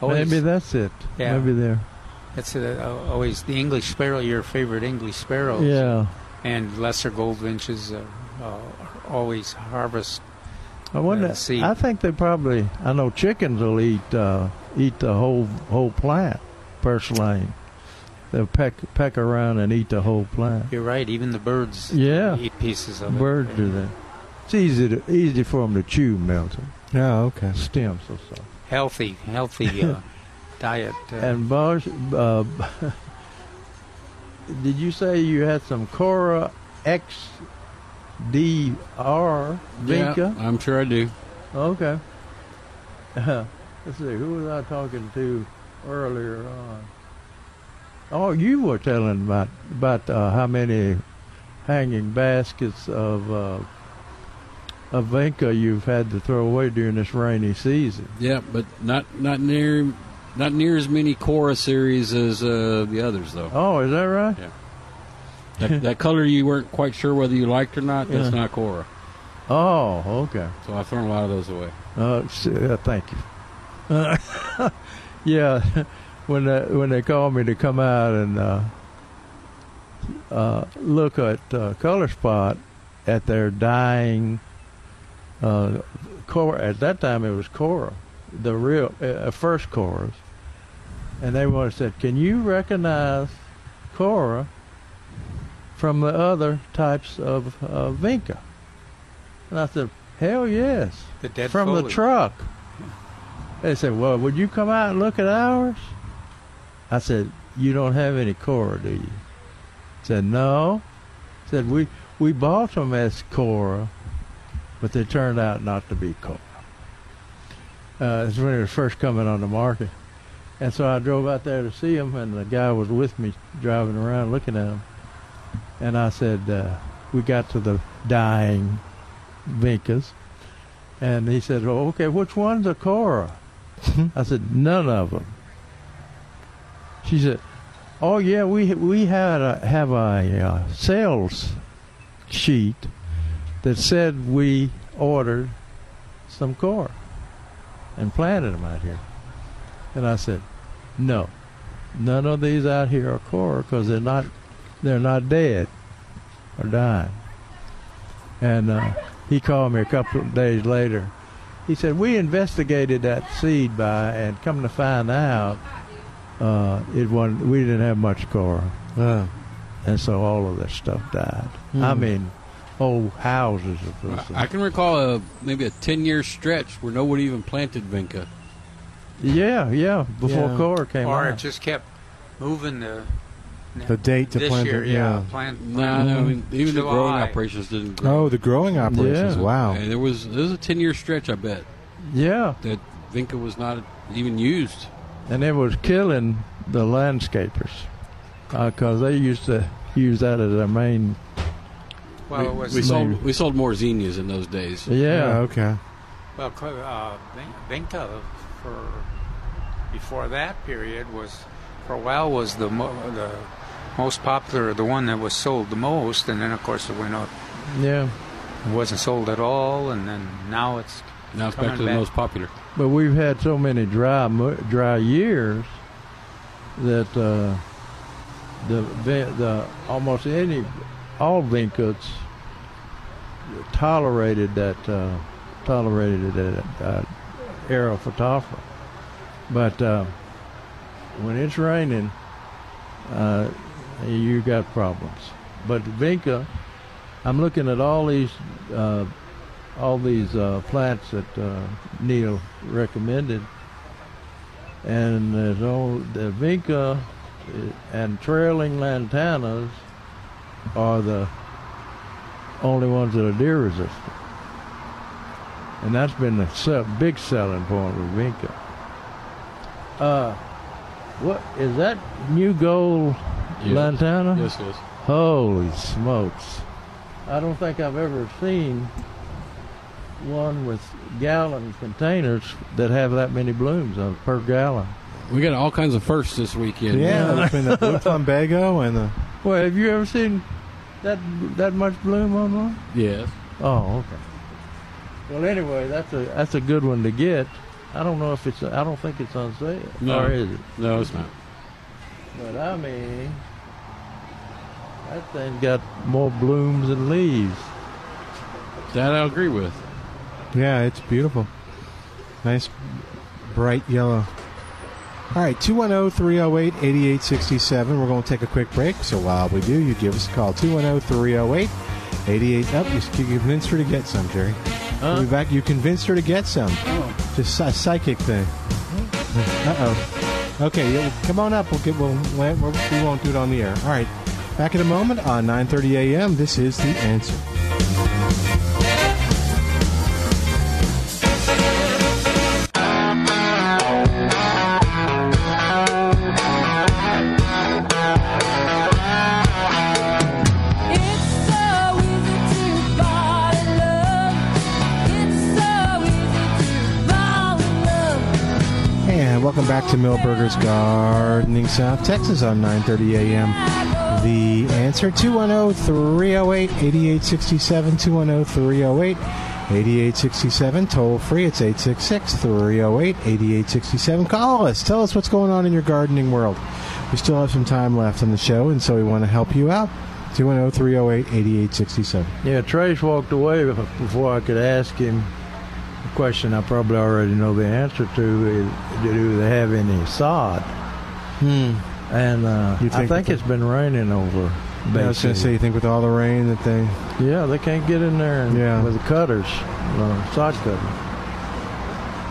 S4: Always-
S3: Maybe that's it.
S4: Yeah.
S3: Maybe they're
S4: That's uh, always the English sparrow. Your favorite English sparrows.
S3: Yeah.
S4: And lesser goldfinches uh, uh, always harvest.
S3: I wonder.
S4: uh, seed.
S3: I think they probably. I know chickens will eat uh, eat the whole whole plant. Purslane. They'll peck peck around and eat the whole plant.
S4: You're right. Even the birds.
S3: Yeah.
S4: Eat pieces of it.
S3: Birds do that. It's easy to easy for them to chew, Milton.
S2: Oh, okay.
S3: Stems or so.
S4: Healthy,
S3: *laughs*
S4: healthy uh, diet. Uh,
S3: And Bosch, uh, *laughs* did you say you had some Cora XDR
S7: Yeah,
S3: Vinca?
S7: I'm sure I do.
S3: Okay. *laughs* let's see, who was I talking to earlier on? Oh, you were telling about about uh, how many hanging baskets of uh, of Vinca you've had to throw away during this rainy season.
S7: Yeah, but not not near not near as many Cora series as uh, the others though.
S3: Oh, is that right?
S7: Yeah. That, that color you weren't quite sure whether you liked or not. That's
S3: Yeah.
S7: not Cora.
S3: Oh, okay.
S7: So I've thrown a lot of those away.
S3: Uh, s- uh, thank you. Uh, *laughs* yeah, when they, when they called me to come out and uh, uh, look at uh, Color Spot at their dying uh, Cora, at that time it was Cora, the real uh, first Cora's, and they wanted said, "Can you recognize Cora from the other types of uh, vinca?" And I said, "Hell yes."
S4: The dead
S3: from the
S4: foliage.
S3: truck. They said, "Well, would you come out and look at ours?" I said, "You don't have any Cora, do you?" Said, "No." Said, "We we bought them as Cora, but they turned out not to be Cora." Uh, it's when it was first coming on the market, and so I drove out there to see them, and the guy was with me driving around looking at them, and I said, uh, "We got to the dying Vincas," and he said, "Well, okay, which one's a Cora?" I said, "None of them." She said, "Oh yeah, we we had a, have a uh, sales sheet that said we ordered some corn and planted them out here." And I said, "No, none of these out here are corn because they're not they're not dead or dying." And uh, he called me a couple of days later. He said, We investigated that seed by and come to find out uh, it wasn't, we didn't have much corn. And so all of that stuff died. I
S7: Hmm.
S3: mean, whole houses of this.
S7: I can recall a maybe a ten year stretch where nobody even planted vinca.
S3: yeah, yeah, before
S7: Yeah.
S3: corn came
S4: or it
S3: out.
S4: just kept moving the
S2: The date to
S4: this
S2: plant
S4: year,
S2: it,
S4: yeah,
S2: yeah.
S4: plant. Mm-hmm.
S7: No, no, I mean, even the growing
S4: July.
S7: operations didn't grow.
S2: Oh, the growing operations. Wow.
S7: And there was there was a ten year stretch, I bet,
S3: Yeah.
S7: that vinca was not even used.
S3: and it was killing the landscapers because they used to use that as their main.
S4: Well,
S7: we,
S4: it was
S7: we sold
S3: Maybe.
S7: we sold more zinnias in those days.
S3: Yeah. okay.
S4: Well, co- uh, Vin- Vinca for before that period was for a while was the mo- the most popular, the one that was sold the most, and then of course it went up.
S3: Yeah.
S4: It wasn't sold at all, and then now it's
S7: Now it's
S4: coming
S7: back to the most popular.
S3: But we've had so many dry mo- dry years that uh, the vi- the almost any all vincuts tolerated that uh, tolerated that uh, arrow photopha. But uh, when it's raining, uh, you got problems. But vinca, I'm looking at all these uh, all these uh, plants that uh, Neil recommended, and there's all the vinca uh, and trailing lantanas are the only ones that are deer resistant, and that's been the se- big selling point with vinca. Uh, what is that new gold
S7: Yeah.
S3: lantana?
S7: Yes, yes.
S3: Holy smokes! I don't think I've ever seen one with gallon containers that have that many blooms on per gallon.
S7: We got all kinds of firsts this weekend.
S3: Yeah.
S2: It's
S3: *laughs*
S2: been the blue plumbago and the
S3: Well, have you ever seen that that much bloom on one?
S7: yes.
S3: Oh, okay. Well, anyway, that's a that's a good one to get. I don't know if it's I don't think it's on sale.
S7: No,
S3: Or is it?
S7: No, it's not.
S3: But I mean, that thing got more blooms than leaves.
S13: That I agree with.
S2: Yeah, it's beautiful. Nice bright yellow. All right, oh, 210 308 8867. We're going to take a quick break. So while we do, you give us a call oh, 210 308 88. Up, oh, you convinced her to get some, Jerry. We'll be back. You convinced her to get some. Just a psychic thing. Uh oh. Okay, yeah, well, come on up. We'll get, we'll, we'll, we won't do it on the air. All right, back in a moment on 9:30 a.m. This is the answer. And welcome back to Millburgers Gardening South Texas on 9:30 a.m. The answer oh, 210-308-8867 210-308-8867 toll free it's 866-308-8867 call us tell us what's going on in your gardening world. We still have some time left on the show and so we want to help you out. oh, 210-308-8867.
S3: Yeah, Trace walked away before I could ask him a question I probably already know the answer to. Is, do they have any sod?
S2: Hmm.
S3: And uh,
S2: You
S3: I
S2: think
S3: think
S2: that-
S3: it's been raining over.
S2: Yeah, I was going to say you think with all the rain that they
S3: Yeah, they can't get in there and,
S2: Yeah.
S3: with the cutters, uh, sod cutters.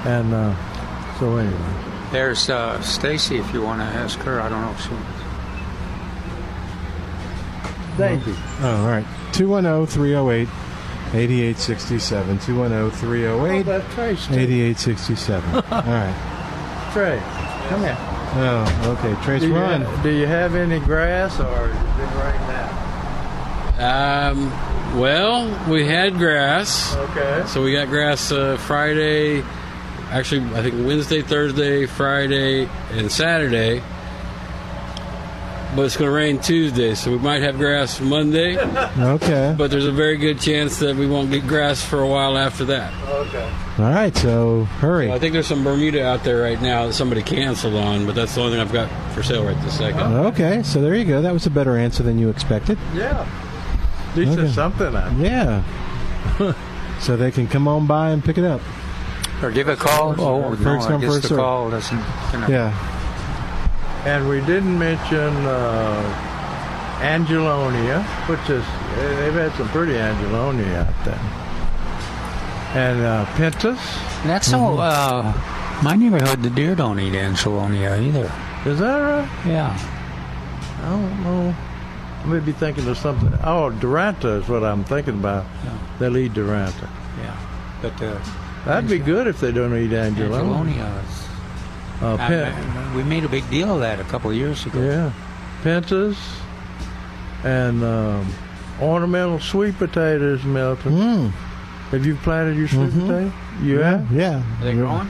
S3: And uh, so anyway.
S4: There's uh, Stacy. If you want to ask her, I don't know if
S3: Thank
S4: she.
S3: you.
S2: Oh, all right. oh, 210 308 8867. 210 308
S3: Oh,
S2: 8867.
S3: *laughs*
S2: All right.
S3: Trey, come here.
S2: Oh, okay. Trace,
S3: do you
S2: run.
S3: ha- do you have any grass or is it right now?
S7: Um, well, we had grass.
S3: Okay.
S7: So we got grass uh, Friday, actually, I think Wednesday, Thursday, Friday, and Saturday. But it's going to rain Tuesday, so we might have
S3: *laughs*
S7: grass Monday.
S2: Okay.
S7: But there's a very good chance that we won't get grass for a while after that.
S3: Okay.
S2: All right. So hurry.
S7: I think there's some Bermuda out there right now that somebody canceled on, but that's the only thing I've got for sale right this second.
S2: Okay. So there you go. That was a better answer than you expected.
S3: Yeah. At least
S2: Okay.
S3: there's something out *laughs*
S2: Yeah. so they can come on by and pick it up.
S4: Or give a call. Oh, no,
S2: First
S4: I
S2: come,
S4: guess
S2: first
S4: the
S2: served.
S4: call doesn't. You know.
S2: Yeah.
S3: And we didn't mention uh, Angelonia, which is, eh, they've had some pretty Angelonia out there. And uh, Pentas.
S4: That's all. Uh, my neighborhood, the deer don't eat angelonia either.
S3: Is that right?
S4: Yeah.
S3: I don't know. I may be thinking of something. Oh, Duranta is what I'm thinking about. They'll eat Duranta.
S4: Yeah. But uh,
S3: That'd be good if they don't eat Angelonia.
S4: angelonia is.
S3: Uh,
S4: I-
S3: Pen-
S4: I- we made a big deal of that a couple of years ago.
S3: Yeah, pentas and um, ornamental sweet potatoes, Milton. Have you planted your sweet potato? You have?
S2: Hmm. Mm-hmm. Yeah.
S4: Are they growing?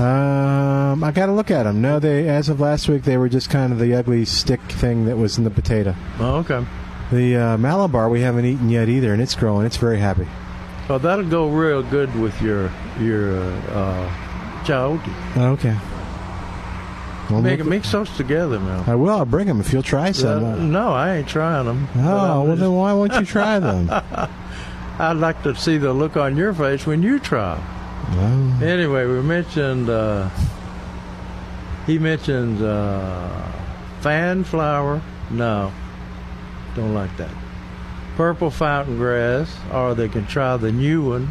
S2: Um, I got to look at them. No, they as of last week they were just kind of the ugly stick thing that was in the potato.
S3: Oh, okay.
S2: The uh, Malabar we haven't eaten yet either, and it's growing. It's very happy.
S3: Well, that'll go real good with your your uh, child.
S2: Okay. Well,
S3: Make,
S2: look-
S3: mix those together, Milton.
S2: I will. I'll bring them if you'll try some.
S3: Uh, no, I ain't trying them.
S2: oh, well, then why won't you try
S3: *laughs*
S2: them?
S3: I'd like to see the look on your face when you try 'em.
S2: Well,
S3: Anyway, we mentioned uh, he mentioned uh, fan flower. No, don't like that. Purple fountain grass, or they can try the new one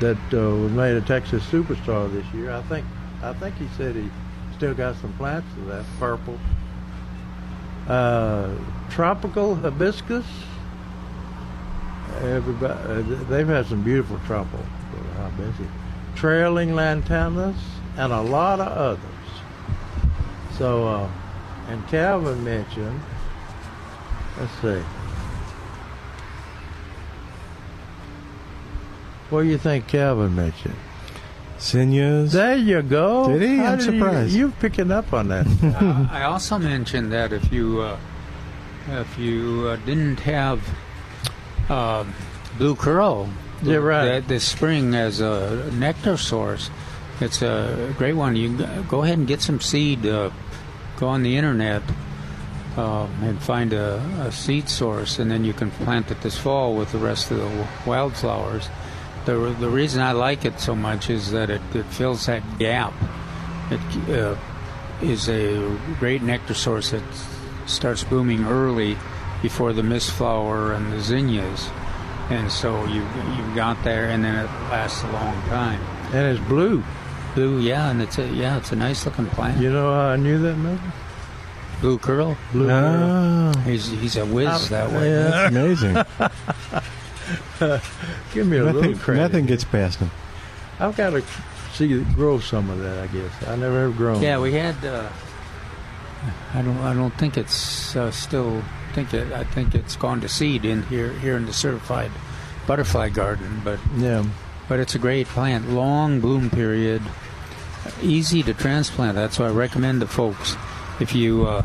S3: that uh, was made a Texas superstar this year. I think I think he said he still got some plants of that purple. Uh, tropical hibiscus. Everybody, uh, th- they've had some beautiful trouble. with How busy. Trailing lantanas and a lot of others. So, uh, and Calvin mentioned, let's see. What do you think Calvin mentioned?
S2: Zinnias.
S3: There you go.
S2: Did he?
S3: How
S2: I'm
S3: you-
S2: surprised.
S3: You're picking up on that.
S4: Uh, I also mentioned that if you uh, if you uh, didn't have uh, blue curl,
S3: Yeah, right.
S4: that this spring as a nectar source, it's a great one. You g- go ahead and get some seed. Uh, go on the internet uh, and find a, a seed source, and then you can plant it this fall with the rest of the wildflowers. The, the reason I like it so much is that it, it fills that gap. It uh, is a great nectar source that starts blooming early before the mist flower and the zinnias. And so you you've got there, and then it lasts a long time.
S3: And it's blue.
S4: Blue, yeah, and it's a yeah, it's a nice looking plant.
S3: You know how I knew that movie?
S4: Blue curl. Blue
S3: Ah.
S4: curl. He's he's a whiz
S3: I'm-
S4: that way.
S3: Ah. yeah, that's
S2: amazing.
S3: *laughs* Give me a
S2: nothing,
S3: little credit.
S2: nothing gets past him.
S3: I've got to see grow some of that. I guess I never have grown.
S4: Yeah, we had. Uh, I don't. I don't think it's uh, still. Think it. I think it's gone to seed in here. Here in the certified butterfly garden, but
S3: yeah.
S4: But it's a great plant. Long bloom period. Easy to transplant. That's why I recommend to folks. If you uh,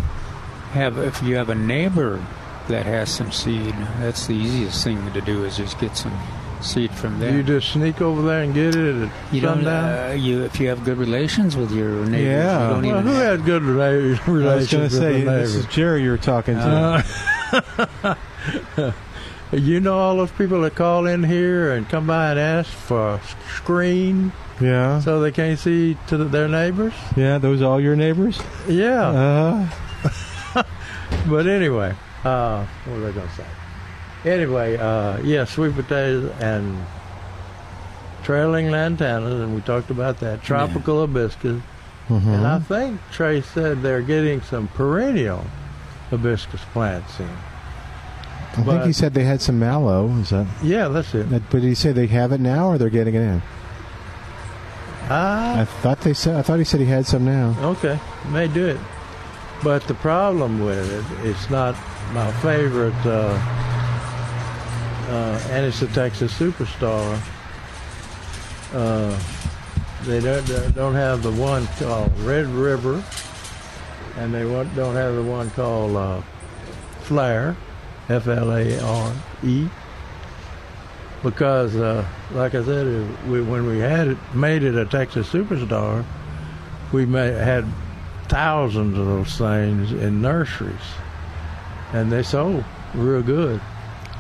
S4: have, if you have a neighbor that has some seed, that's the easiest thing to do is just get some seed from them.
S3: You just sneak over there and get it at
S4: You don't.
S3: sundown.
S4: Uh, you if you have good relations with your neighbors,
S3: Yeah.
S4: you don't
S3: Well,
S4: even
S3: who
S4: have-
S3: had good rela-
S2: I was
S3: relations
S2: going
S3: with
S2: to say,
S3: the
S2: this is
S3: neighbors?
S2: Jerry you were talking to.
S3: Uh, *laughs* you know all those people that call in here and come by and ask for a screen
S2: yeah.
S3: so they can't see to the, their neighbors?
S2: Yeah, those all your neighbors?
S3: Yeah.
S2: Uh-huh.
S3: but anyway, uh, what was I going to say? Anyway, uh, yeah, sweet potatoes and trailing lantanas, and we talked about that. Tropical hibiscus.
S2: Mm-hmm.
S3: And I think Trey said they're getting some perennial hibiscus plants in.
S2: I think he said they had some mallow. Is that?
S3: Yeah, that's it.
S2: But did he say they have it now, or they're getting it in?
S3: Ah,
S2: I thought they said. I thought he said he had some now.
S3: Okay, may do it. But the problem with it, it's not my favorite, uh, uh, and it's the Texas Superstar. Uh, they don't they don't have the one called Red River, and they won't- don't have the one called uh, Flare, F L A R E, because uh, like I said, it- we, when we had it made it a Texas Superstar, we ma had thousands of those things in nurseries, and they sold real good.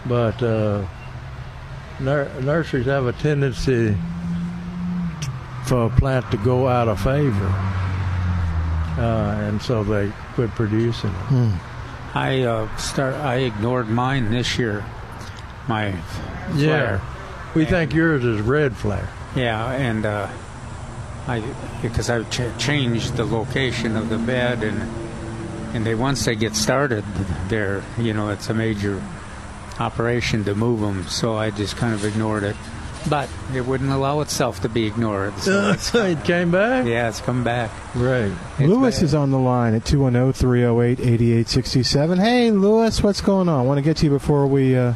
S3: But uh, nur- nurseries have a tendency for a plant to go out of favor, uh, and so they quit producing it.
S4: I uh, start. I ignored mine this year. My
S3: Yeah,
S4: flare.
S3: we think yours is red flare.
S4: Yeah, and uh, I because I've ch- changed the location of the bed, and and they once they get started, they're you know it's a major operation to move them. So I just kind of ignored it, but it wouldn't allow itself to be ignored.
S3: *laughs*
S4: So it's,
S3: it came back.
S4: Yeah, it's come back.
S3: Right.
S2: Lewis is on the line at oh, 210-308-8867. Hey, Lewis, what's going on? I want to get to you before we uh,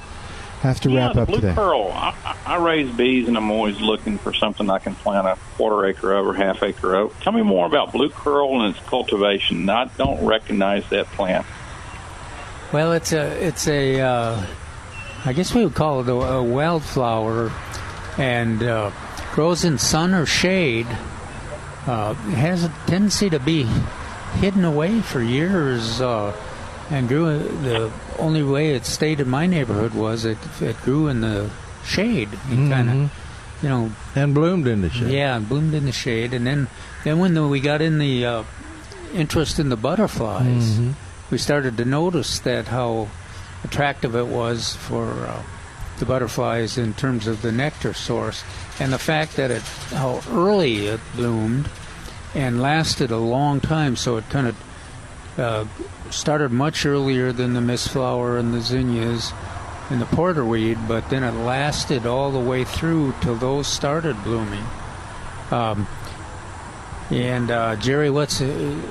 S2: have to
S14: yeah,
S2: wrap
S14: the
S2: up
S14: blue
S2: today.
S14: pearl. I, I I raise bees, and I'm always looking for something I can plant a quarter acre of or half acre of. Tell me more about blue curl and its cultivation. I don't recognize that plant.
S4: Well, it's a it's a uh, I guess we would call it a, a wildflower, and uh, grows in sun or shade. Uh, it has a tendency to be hidden away for years, uh, and grew. The only way it stayed in my neighborhood was it it grew in the shade. It kind of you know
S3: Mm-hmm. and bloomed in the shade.
S4: Yeah, and bloomed in the shade, and then then when the, we got in the uh, interest in the butterflies,
S3: Mm-hmm.
S8: Mhm.
S4: we started to notice that how attractive it was for uh, the butterflies in terms of the nectar source, and the fact that it how early it bloomed and lasted a long time, so it kind of uh, started much earlier than the mistflower and the zinnias and the porterweed, but then it lasted all the way through till those started blooming. Um, and uh, Jerry, what's uh,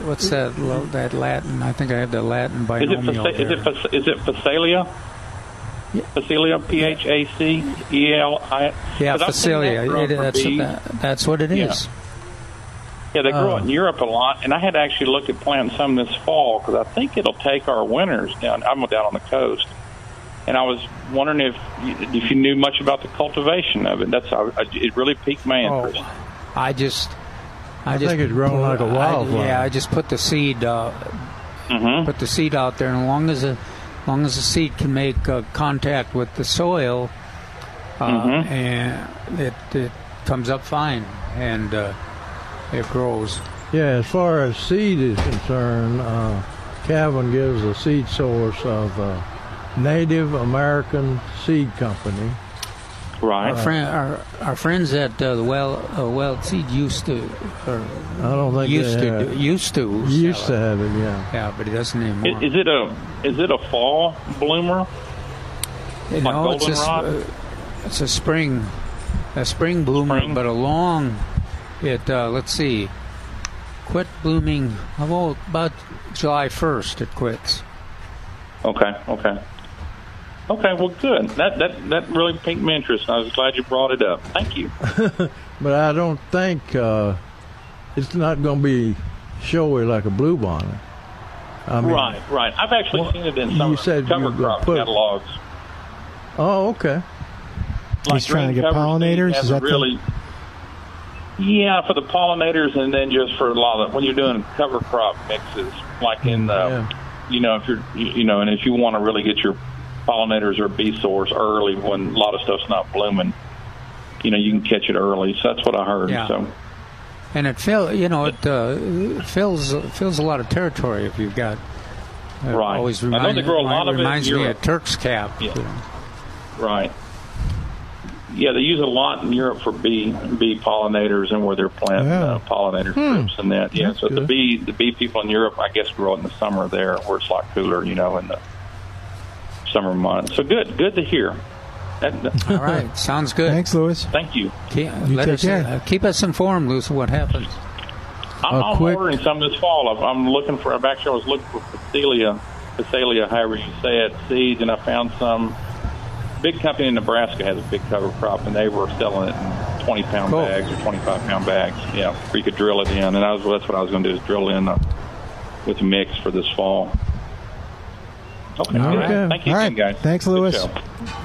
S4: what's that lo- that Latin? I think I have the Latin
S14: Is it
S4: binomial
S14: fac- is
S4: there.
S14: it fac- is it Phacelia? Phacelia, P H A C E L I.
S4: yeah,
S14: 'cause I've seen that
S4: Facilia.
S14: grow
S4: It-
S14: for
S4: that's,
S14: bees.
S4: that- that's what it
S14: Yeah.
S4: is.
S14: Yeah, they grow
S4: Oh.
S14: it in Europe a lot, and I had to actually look at planting some this fall because I think it'll take our winters down. I'm down on the coast, and I was wondering if you, if you knew
S3: Oh,
S14: much about the cultivation of it. That's I, I- it really piqued my interest.
S4: I just
S3: I think it's grown like a
S4: I-
S3: wildflower.
S4: yeah, I just put the seed, uh,
S14: Mm-hmm.
S4: put the seed out there, and as long as the, as long as the seed can make uh, contact with the soil, uh,
S14: Mhm.
S4: and it, it comes up fine, and uh, it grows.
S3: Yeah, as far as seed is concerned, uh, Calvin gives a seed source of uh, Native American Seed Company. *laughs*
S14: Right.
S4: Our, friend, our, our friends at uh, the well, uh, well seed used to, or I
S3: don't think
S4: used
S3: they
S4: to,
S3: have-
S4: do- used to,
S3: Used
S4: sell
S3: to
S4: it.
S3: have it, yeah.
S4: Yeah, but it doesn't
S14: I-
S4: anymore.
S14: Is, it a is it a fall bloomer?
S4: You
S14: like
S4: know, it's a, sp-
S14: goldenrod?
S4: uh, it's a spring, a spring bloomer, but a long. It uh, let's see, quit blooming about, about July first. It quits.
S14: Okay, okay. Okay, well, good. That that that really piqued my interest. and I was glad you brought it up. Thank you.
S3: But I don't think uh, it's not going to be showy like a bluebonnet. I mean,
S14: right, right. I've actually seen it in
S3: you
S14: some
S3: said you
S14: cover
S3: were gonna
S14: crop
S3: put-
S14: catalogs.
S3: Oh, okay.
S2: He's trying to get pollinators. Is
S14: Hasn't
S2: that the-
S14: really? Yeah, for the pollinators, and then just for a lot of when you're doing cover crop mixes, like in the, you know, if you're, you you know, and if you want to really get your pollinators or bee source early when a lot of stuff's not blooming, you know, you can catch it early. So that's what I heard.
S4: Yeah.
S14: So
S4: and it fill you know it uh, fills fills a lot of territory if you've got. It
S14: Right.
S4: Always
S14: I know
S4: reminds,
S14: they grow a lot of it in
S4: reminds me
S14: Europe.
S4: of Turk's cap.
S14: right. Yeah, they use it a lot in Europe for bee bee pollinators and where they're planting uh, pollinator
S8: Hmm.
S14: strips and that. Yeah,
S8: That's
S14: so the
S8: good.
S14: bee the bee people in Europe, I guess, grow it in the summer there where it's a lot cooler, you know, in the summer months. So good, good to hear. That- that-
S4: All
S2: *laughs*
S4: right, sounds good.
S2: Thanks, Lewis.
S14: Thank you.
S2: You
S4: let
S2: take
S4: us,
S2: care.
S4: uh, keep us informed, Lewis, of what happens.
S14: I'm, I'm ordering some this fall. I'm, I'm looking for. I've actually I was looking for Phacelia, Phacelia, however you say it, seeds, and I found some. Big company in Nebraska has a big cover crop, and they were selling it in 20 pound bags or 25 pound bags. Yeah, where you could drill it in, and I was that's what I was going to do is drill in uh, with a mix for this fall. Okay,
S2: All
S14: good.
S2: right.
S14: thank you,
S2: All
S14: again,
S2: right.
S14: guys.
S2: Thanks, Lewis.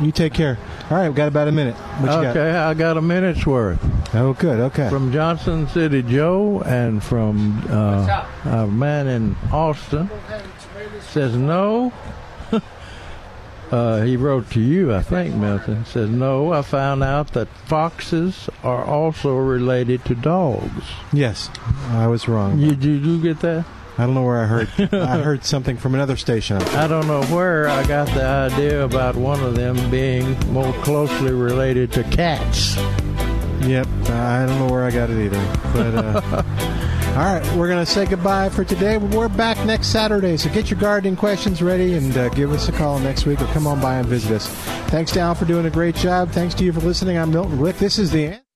S2: You take care. All right, we've got about a minute. What you got?
S3: okay, I got a minute's worth.
S2: Oh, good. Okay.
S3: From Johnson City Joe and from uh,
S2: up?
S3: a man in Austin says no. *laughs* uh, he wrote to you, I think, Milton. Says no. I found out that foxes are also related to dogs.
S2: Yes, I was wrong.
S3: You, did you get that?
S2: I don't know where
S3: *laughs*
S2: I heard. I heard something from another station.
S3: I don't know where I got the idea about one of them being more closely related to cats.
S2: Yep, I don't know where I got it either. But uh, all right, we're gonna say goodbye for today. We're back next Saturday, so get your gardening questions ready and uh, give us a call next week, or come on by and visit us. Thanks to Al for doing a great job. Thanks to you for listening. I'm Milton Glick. This is the end.